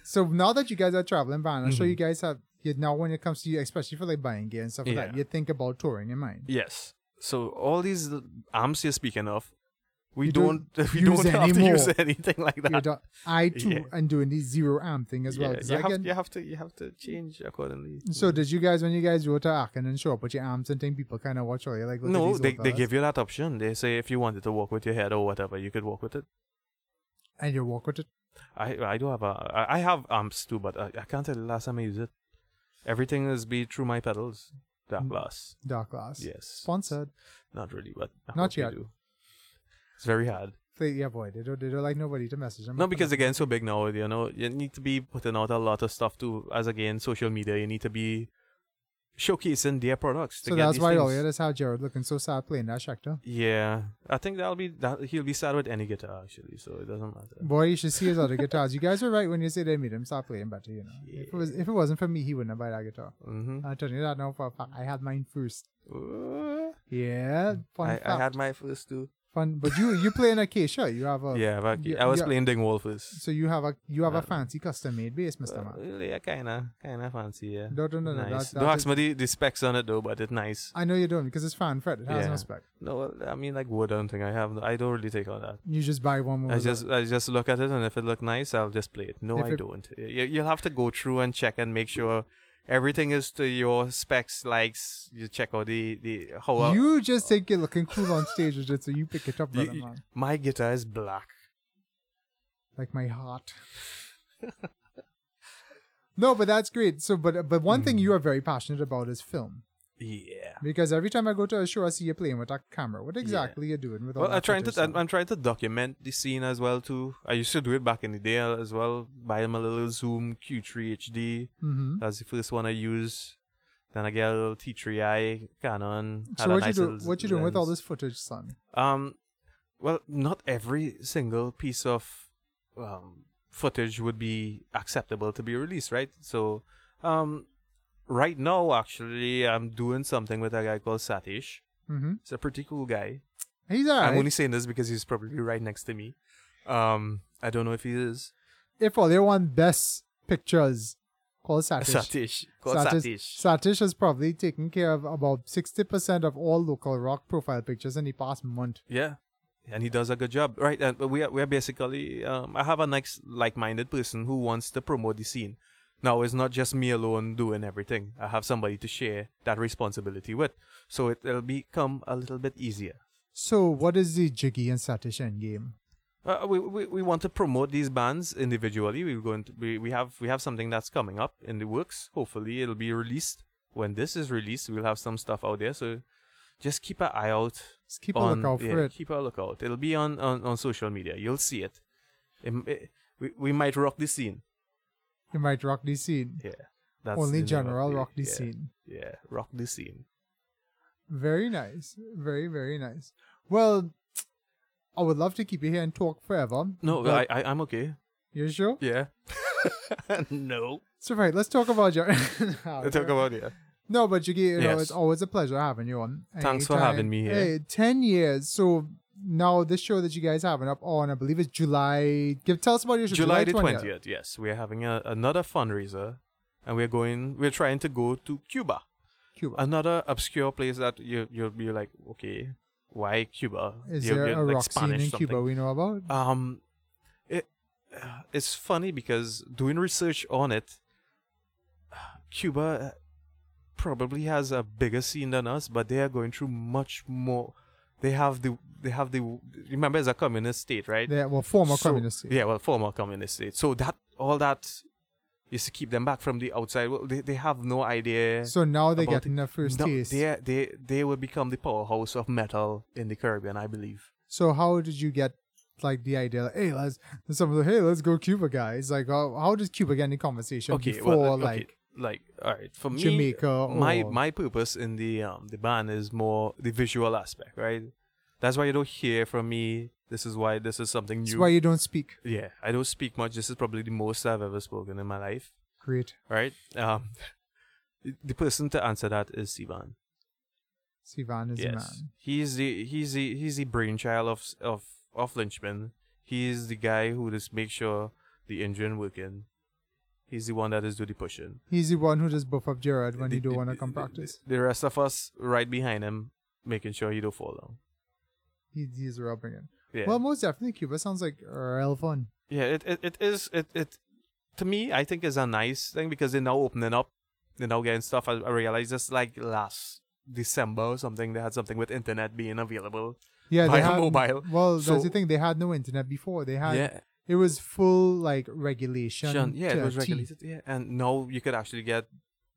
S1: So now that you guys are traveling band, I'm sure
S2: Mhm.
S1: you guys have you now when it comes to you, especially for like buying gear and stuff like that,
S2: Yeah.
S1: you think about touring in mind.
S2: Yes. So all these l- amps you're speaking of, we
S1: You
S2: don't,
S1: don't
S2: we
S1: use
S2: don't have to
S1: anymore.
S2: use anything like
S1: You
S2: that.
S1: don't- I too
S2: Yeah.
S1: am doing the zero amp thing as well.
S2: Yeah,
S1: 'cause
S2: you,
S1: I
S2: have,
S1: can-
S2: you have to you have to change accordingly.
S1: So did you guys when you guys go to Aachen and show up with your amps and thing people kind of watch all you like? look at
S2: no,
S1: these
S2: they,
S1: old
S2: they
S1: fellas,
S2: give you that option. They say if you wanted to walk with your head or whatever, you could walk with it.
S1: and you walk with it.
S2: I I do have a I I have amps too, but I, I can't tell the last time I used it. Everything is be through my pedals. That
S1: Mm.
S2: glass.
S1: Dark Glass.
S2: Yes.
S1: Sponsored.
S2: Not really, but I
S1: Not
S2: hope you
S1: yet.
S2: do. It's very hard.
S1: They, yeah, boy, they don't, they don't like nobody to message them.
S2: No, because again, so big now, you know, you need to be putting out a lot of stuff too. As again, social media, you need to be showcasing their products. To
S1: so
S2: get
S1: that's
S2: these
S1: why
S2: things.
S1: oh yeah, that's how Jared looking so sad playing that Schecter.
S2: Yeah, I think that'll be that. He'll be sad with any guitar actually, so it doesn't matter.
S1: Boy, you should see his other guitars. You guys were right when you said they made him stop playing better. You know, if it was if it wasn't for me, he wouldn't have bought that guitar.
S2: Mm-hmm.
S1: I'm telling you that now for a fact. I had mine first. Yeah, fun
S2: I,
S1: fact.
S2: I had my first two.
S1: fun, but you you play an Acacia. You have a
S2: yeah, but
S1: yeah,
S2: I was
S1: yeah.
S2: playing Dingwall first.
S1: So you have a you have a
S2: Uh,
S1: fancy custom made bass, Mister
S2: Uh,
S1: Man.
S2: yeah, kinda, kinda fancy. Yeah,
S1: No, no, no, no.
S2: nice.
S1: That's,
S2: Don't
S1: that's
S2: ask me the, the specs on it though, but it's nice.
S1: I know you don't because it's fan Fred. It has no
S2: Yeah.
S1: spec.
S2: No, well, I mean like wood. I don't think I have. I don't really take on that.
S1: You just buy one more.
S2: I just I just look at it and if it look nice, I'll just play it. No,
S1: If
S2: I
S1: it-
S2: don't. You, you'll have to go through and check and make sure everything is to your specs, likes. You check out the the how I-
S1: you just think you're looking cool on stage with it, so you pick it up,
S2: You-
S1: brother
S2: you-
S1: man.
S2: my guitar is black.
S1: Like my heart. no, but that's great. So, but but one
S2: Hmm.
S1: thing you are very passionate about is film
S2: Yeah.
S1: because every time I go to a show, I see you playing with a camera. What exactly you are doing with all
S2: Well,
S1: that
S2: I'm trying
S1: footage
S2: to I'm,
S1: now?
S2: I'm trying to document the scene as well too. I used to do it back in the day as well. Buy my little Zoom Q3 HD.
S1: Mhm.
S2: That's the first one I use. Then I get a little T3i Canon. had
S1: So
S2: a
S1: what you
S2: nice
S1: do?
S2: little
S1: What you doing with all
S2: lens.
S1: this footage, son?
S2: Um, well, not every single piece of um, footage would be acceptable to be released, right? So, um, right now, actually, I'm doing something with a guy called Satish.
S1: Mm-hmm.
S2: He's a pretty cool guy.
S1: He's alright.
S2: I'm only saying this because he's probably right next to me. Um, I don't know if he is.
S1: if all they want best pictures called Satish.
S2: Satish. Called
S1: Satish-
S2: Satish.
S1: Satish has probably taken care of about 60% of all local rock profile pictures in the past month.
S2: Yeah, and he does a good job, right? And but we are, we are basically um, I have a nice like-minded person who wants to promote the scene. Now it's not just me alone doing everything. I have somebody to share that responsibility with, so it, it'll become a little bit easier.
S1: So, what is the Jiggy and Satish endgame?
S2: Uh, we, we we want to promote these bands individually. We're going to we, we have we have something that's coming up in the works. Hopefully, it'll be released. When this is released, we'll have some stuff out there. So just keep an eye out.
S1: Just keep a
S2: on-
S1: lookout for
S2: yeah,
S1: it.
S2: Keep a lookout. It'll be on on, on social media. You'll see it. It- it- we, we might rock the scene.
S1: You might rock the scene.
S2: Yeah, that's
S1: Only
S2: the name of
S1: general rock the
S2: yeah,
S1: scene.
S2: Yeah, rock the scene.
S1: Very nice. Very, very nice. Well, I would love to keep you here and talk forever.
S2: No,
S1: but-
S2: I, I I'm okay.
S1: You sure?
S2: Yeah. no.
S1: So, right, let's talk about your.
S2: Talk about it.
S1: No, but Jiggy, you know,
S2: Yes.
S1: it's always a pleasure having you on.
S2: Thanks for having me here.
S1: Hey, 10 years. So now this show that you guys having up on, I believe it's July. Give Tell us about your show.
S2: July the twentieth. Yes, we are having a, another fundraiser, and we're going. We're trying to go to Cuba,
S1: Cuba.
S2: another obscure place that you you'll be like, okay, why Cuba?
S1: Is
S2: You're-
S1: there
S2: you're
S1: a
S2: like
S1: rock scene
S2: Spanish
S1: in
S2: something.
S1: Cuba we know about?
S2: Um, it uh, it's funny because doing research on it, Cuba probably has a bigger scene than us, but they are going through much more. They have the they have the remember it's a communist state, right?
S1: There, well, former
S2: So-
S1: communist state.
S2: Yeah, well, former communist state. So that all that is to keep them back from the outside. Well, they, they have no idea.
S1: So now they're
S2: about
S1: getting their first
S2: No,
S1: taste.
S2: they they they will become the powerhouse of metal in the Caribbean, I believe.
S1: So how did you get like the idea? Like, hey, let's someone like, hey, let's go Cuba, guys. Like, how, how does Cuba get in the conversation
S2: Okay,
S1: before
S2: well, uh, okay,
S1: like
S2: like all right for me,
S1: Jamaica
S2: My
S1: or-
S2: my purpose in the um the band is more the visual aspect, right? That's why you don't hear from me. This is why this is something
S1: that's
S2: new.
S1: why you don't speak?
S2: yeah, I don't speak much. This is probably the most I've ever spoken in my life.
S1: Great,
S2: right? Um, the person to answer that is Sivan.
S1: Sivan is a
S2: Yes,
S1: man.
S2: he's the he's the he's the brainchild of of of Lynchman. He's the guy who just makes sure the engine working. He's the one that is do the pushing.
S1: He's the one who just buff up Jared when
S2: The-
S1: you don't
S2: the-
S1: want to come
S2: the-
S1: practice.
S2: The rest of us right behind him, making sure he don't fall down.
S1: He, he's rubbing it.
S2: Yeah,
S1: Well, most definitely, Cuba sounds like real fun.
S2: yeah. It, it it is it it to me. I think is a nice thing because they're now opening up. They're now getting stuff. I, I realized just like last December or something, they had something with internet being available.
S1: Yeah, they
S2: Via
S1: had,
S2: mobile.
S1: Well,
S2: So-
S1: that's the thing. They had no internet before. They had
S2: yeah,
S1: it was full like regulation.
S2: Shun, yeah,
S1: to
S2: it
S1: a
S2: was
S1: T
S2: regulated. Yeah, and now you could actually get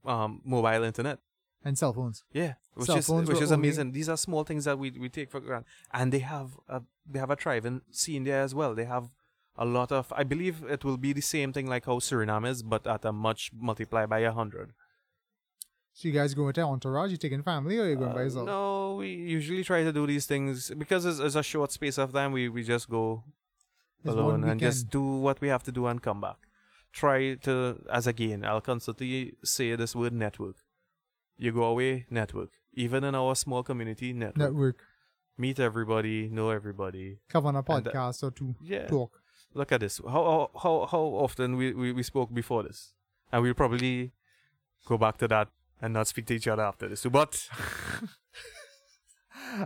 S2: um, mobile internet.
S1: and cell phones.
S2: Yeah, which
S1: Cell
S2: is
S1: phones
S2: which
S1: were
S2: is
S1: only-
S2: amazing. These are small things that we, we take for granted, and they have a they have a thriving scene there as well. They have a lot of. I believe it will be the same thing like how Suriname is, but at a much multiplied by a hundred.
S1: So you guys going with your entourage? You taking family or you going by
S2: Uh,
S1: yourself?
S2: no, we usually try to do these things because it's, it's a short space of time. We we just go
S1: It's one
S2: alone and just
S1: weekend.
S2: do what we have to do and come back. Try to, as again, I'll constantly say this word network. You go away, network. Even in our small community, network.
S1: network,
S2: Meet everybody, know everybody.
S1: come on a
S2: And, uh,
S1: podcast or two,
S2: yeah.
S1: talk.
S2: Look at this. How how how, how often we, we, we spoke before this, and we'll probably go back to that and not speak to each other after this. But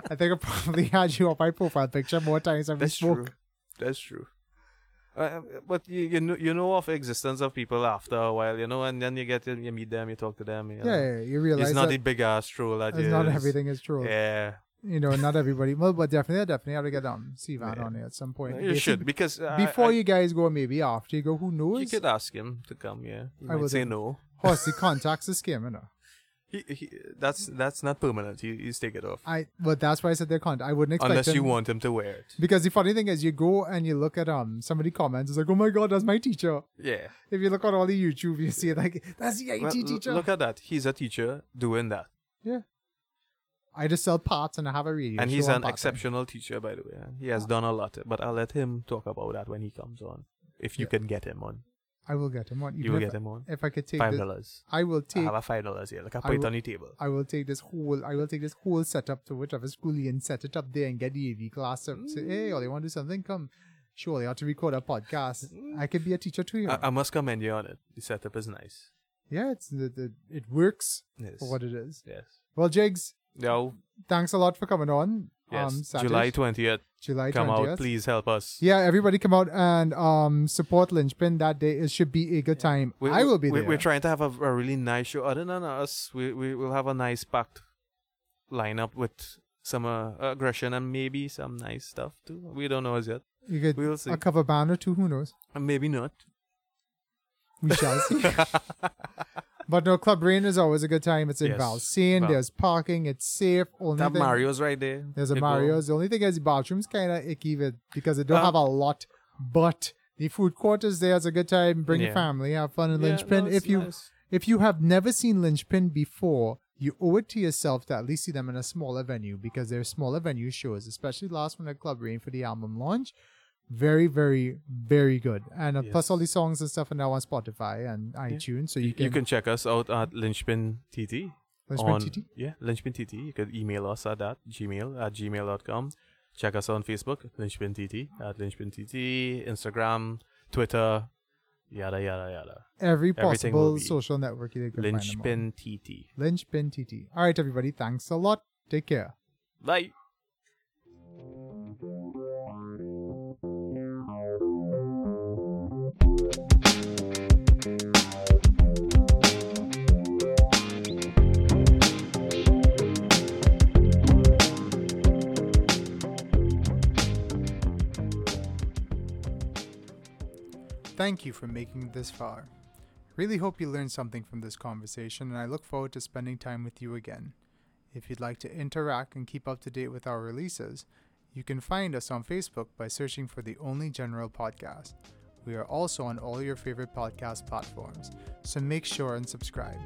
S1: I think I probably had you on my profile picture more times than we
S2: That's
S1: spoke.
S2: true. That's true. Uh, but you you know, you know of existence of people after a while, you know, and then you get you meet them, you talk to them. You know.
S1: Yeah, yeah, you realize
S2: it's not the
S1: that
S2: big ass troll that
S1: it's
S2: you
S1: not
S2: is.
S1: everything is true.
S2: Yeah,
S1: You know, not everybody. Well, but definitely, I definitely have to get um Sivan
S2: Yeah.
S1: on it at some
S2: you
S1: point.
S2: should because I-
S1: Before
S2: I-
S1: you guys go, maybe after you go, who
S2: you
S1: knows?
S2: could ask him to come. Yeah, he
S1: I
S2: might
S1: will
S2: say
S1: do.
S2: no.
S1: Horse, the contacts is scam, you know.
S2: He, he, that's that's not permanent. He, he's take it off
S1: I but that's why I said they're contact. I wouldn't expect
S2: unless you
S1: them-
S2: want him to wear it.
S1: because the funny thing is you go and you look at um somebody comments it's like oh my god that's my teacher.
S2: Yeah,
S1: If you look on all the YouTube you see it like that's the IT
S2: Well, l-
S1: teacher.
S2: look at that. He's a teacher doing that,
S1: yeah. I just sell parts and I have a radio.
S2: and
S1: show
S2: he's
S1: on
S2: an
S1: part-time.
S2: exceptional teacher, by the way. He
S1: Ah.
S2: has done a lot, but I'll let him talk about that when he comes on. If you can get him on,
S1: I will get him on. even
S2: you will
S1: if
S2: get
S1: I-
S2: him on.
S1: If I could take
S2: Five
S1: this-
S2: dollars.
S1: I will
S2: I
S1: take
S2: have a five dollars here. Like I
S1: I
S2: put it
S1: will-
S2: on the table.
S1: I will take this whole I will take this whole setup to whichever school and set it up there and get the AV class up. Say, hey, all you want to do something? Come surely I have to record a podcast. I could be a teacher too. you know.
S2: I, I must commend you on it. The setup is nice.
S1: yeah, it's the, the, it works
S2: Yes.
S1: for what it is.
S2: Yes.
S1: Well, Jigs,
S2: No.
S1: thanks a lot for coming on.
S2: Yes.
S1: Satish.
S2: July twentieth.
S1: July
S2: Come
S1: 20th.
S2: out, please help us.
S1: Yeah, everybody come out and um support Lynchpin that day. It should be a good time.
S2: We,
S1: I will be
S2: we,
S1: there.
S2: We're trying to have a, a really nice show. Other than us, we we will have a nice packed lineup with some uh, aggression and maybe some nice stuff too. We don't know as yet.
S1: you could
S2: we'll see.
S1: a cover band or two. Who knows?
S2: And Maybe not.
S1: We shall see. but no, Club Rain is always a good time. It's in
S2: Yes.
S1: Valsane.
S2: Val-
S1: There's parking. It's safe. Only
S2: That
S1: thing,
S2: Mario's right there.
S1: There's a
S2: You go.
S1: Mario's. The only thing is the bathroom's kind of icky with, because they don't
S2: Um,
S1: have a lot. But the food court is there. It's a good time. Bring your
S2: Yeah.
S1: family. Have fun in
S2: Yeah,
S1: Lynchpin.
S2: no, it's
S1: if you
S2: nice.
S1: If you have never seen Lynchpin before, you owe it to yourself to at least see them in a smaller venue because their smaller venue shows, especially last one at Club Rain for the album launch, very, very, very good. And uh, plus
S2: Yes.
S1: all the songs and stuff are now on Spotify and iTunes, so you
S2: you,
S1: can,
S2: can check us out at Lynchpin TT.
S1: Lynchpin
S2: on,
S1: TT?
S2: Yeah, Lynchpin TT. You could email us at that, gmail at gmail.com. Check us on Facebook, Lynchpin TT, at Lynchpin TT, Instagram, Twitter, yada, yada, yada.
S1: every
S2: everything
S1: possible
S2: will be
S1: social network you can find them on.
S2: Lynchpin TT.
S1: Lynchpin TT. All right, everybody, thanks a lot. Take care.
S2: Bye.
S1: Thank you for making it this far. Really hope you learned something from this conversation, and I look forward to spending time with you again. If you'd like to interact and keep up to date with our releases, you can find us on Facebook by searching for the Only General Podcast. We are also on all your favorite podcast platforms, so make sure and subscribe.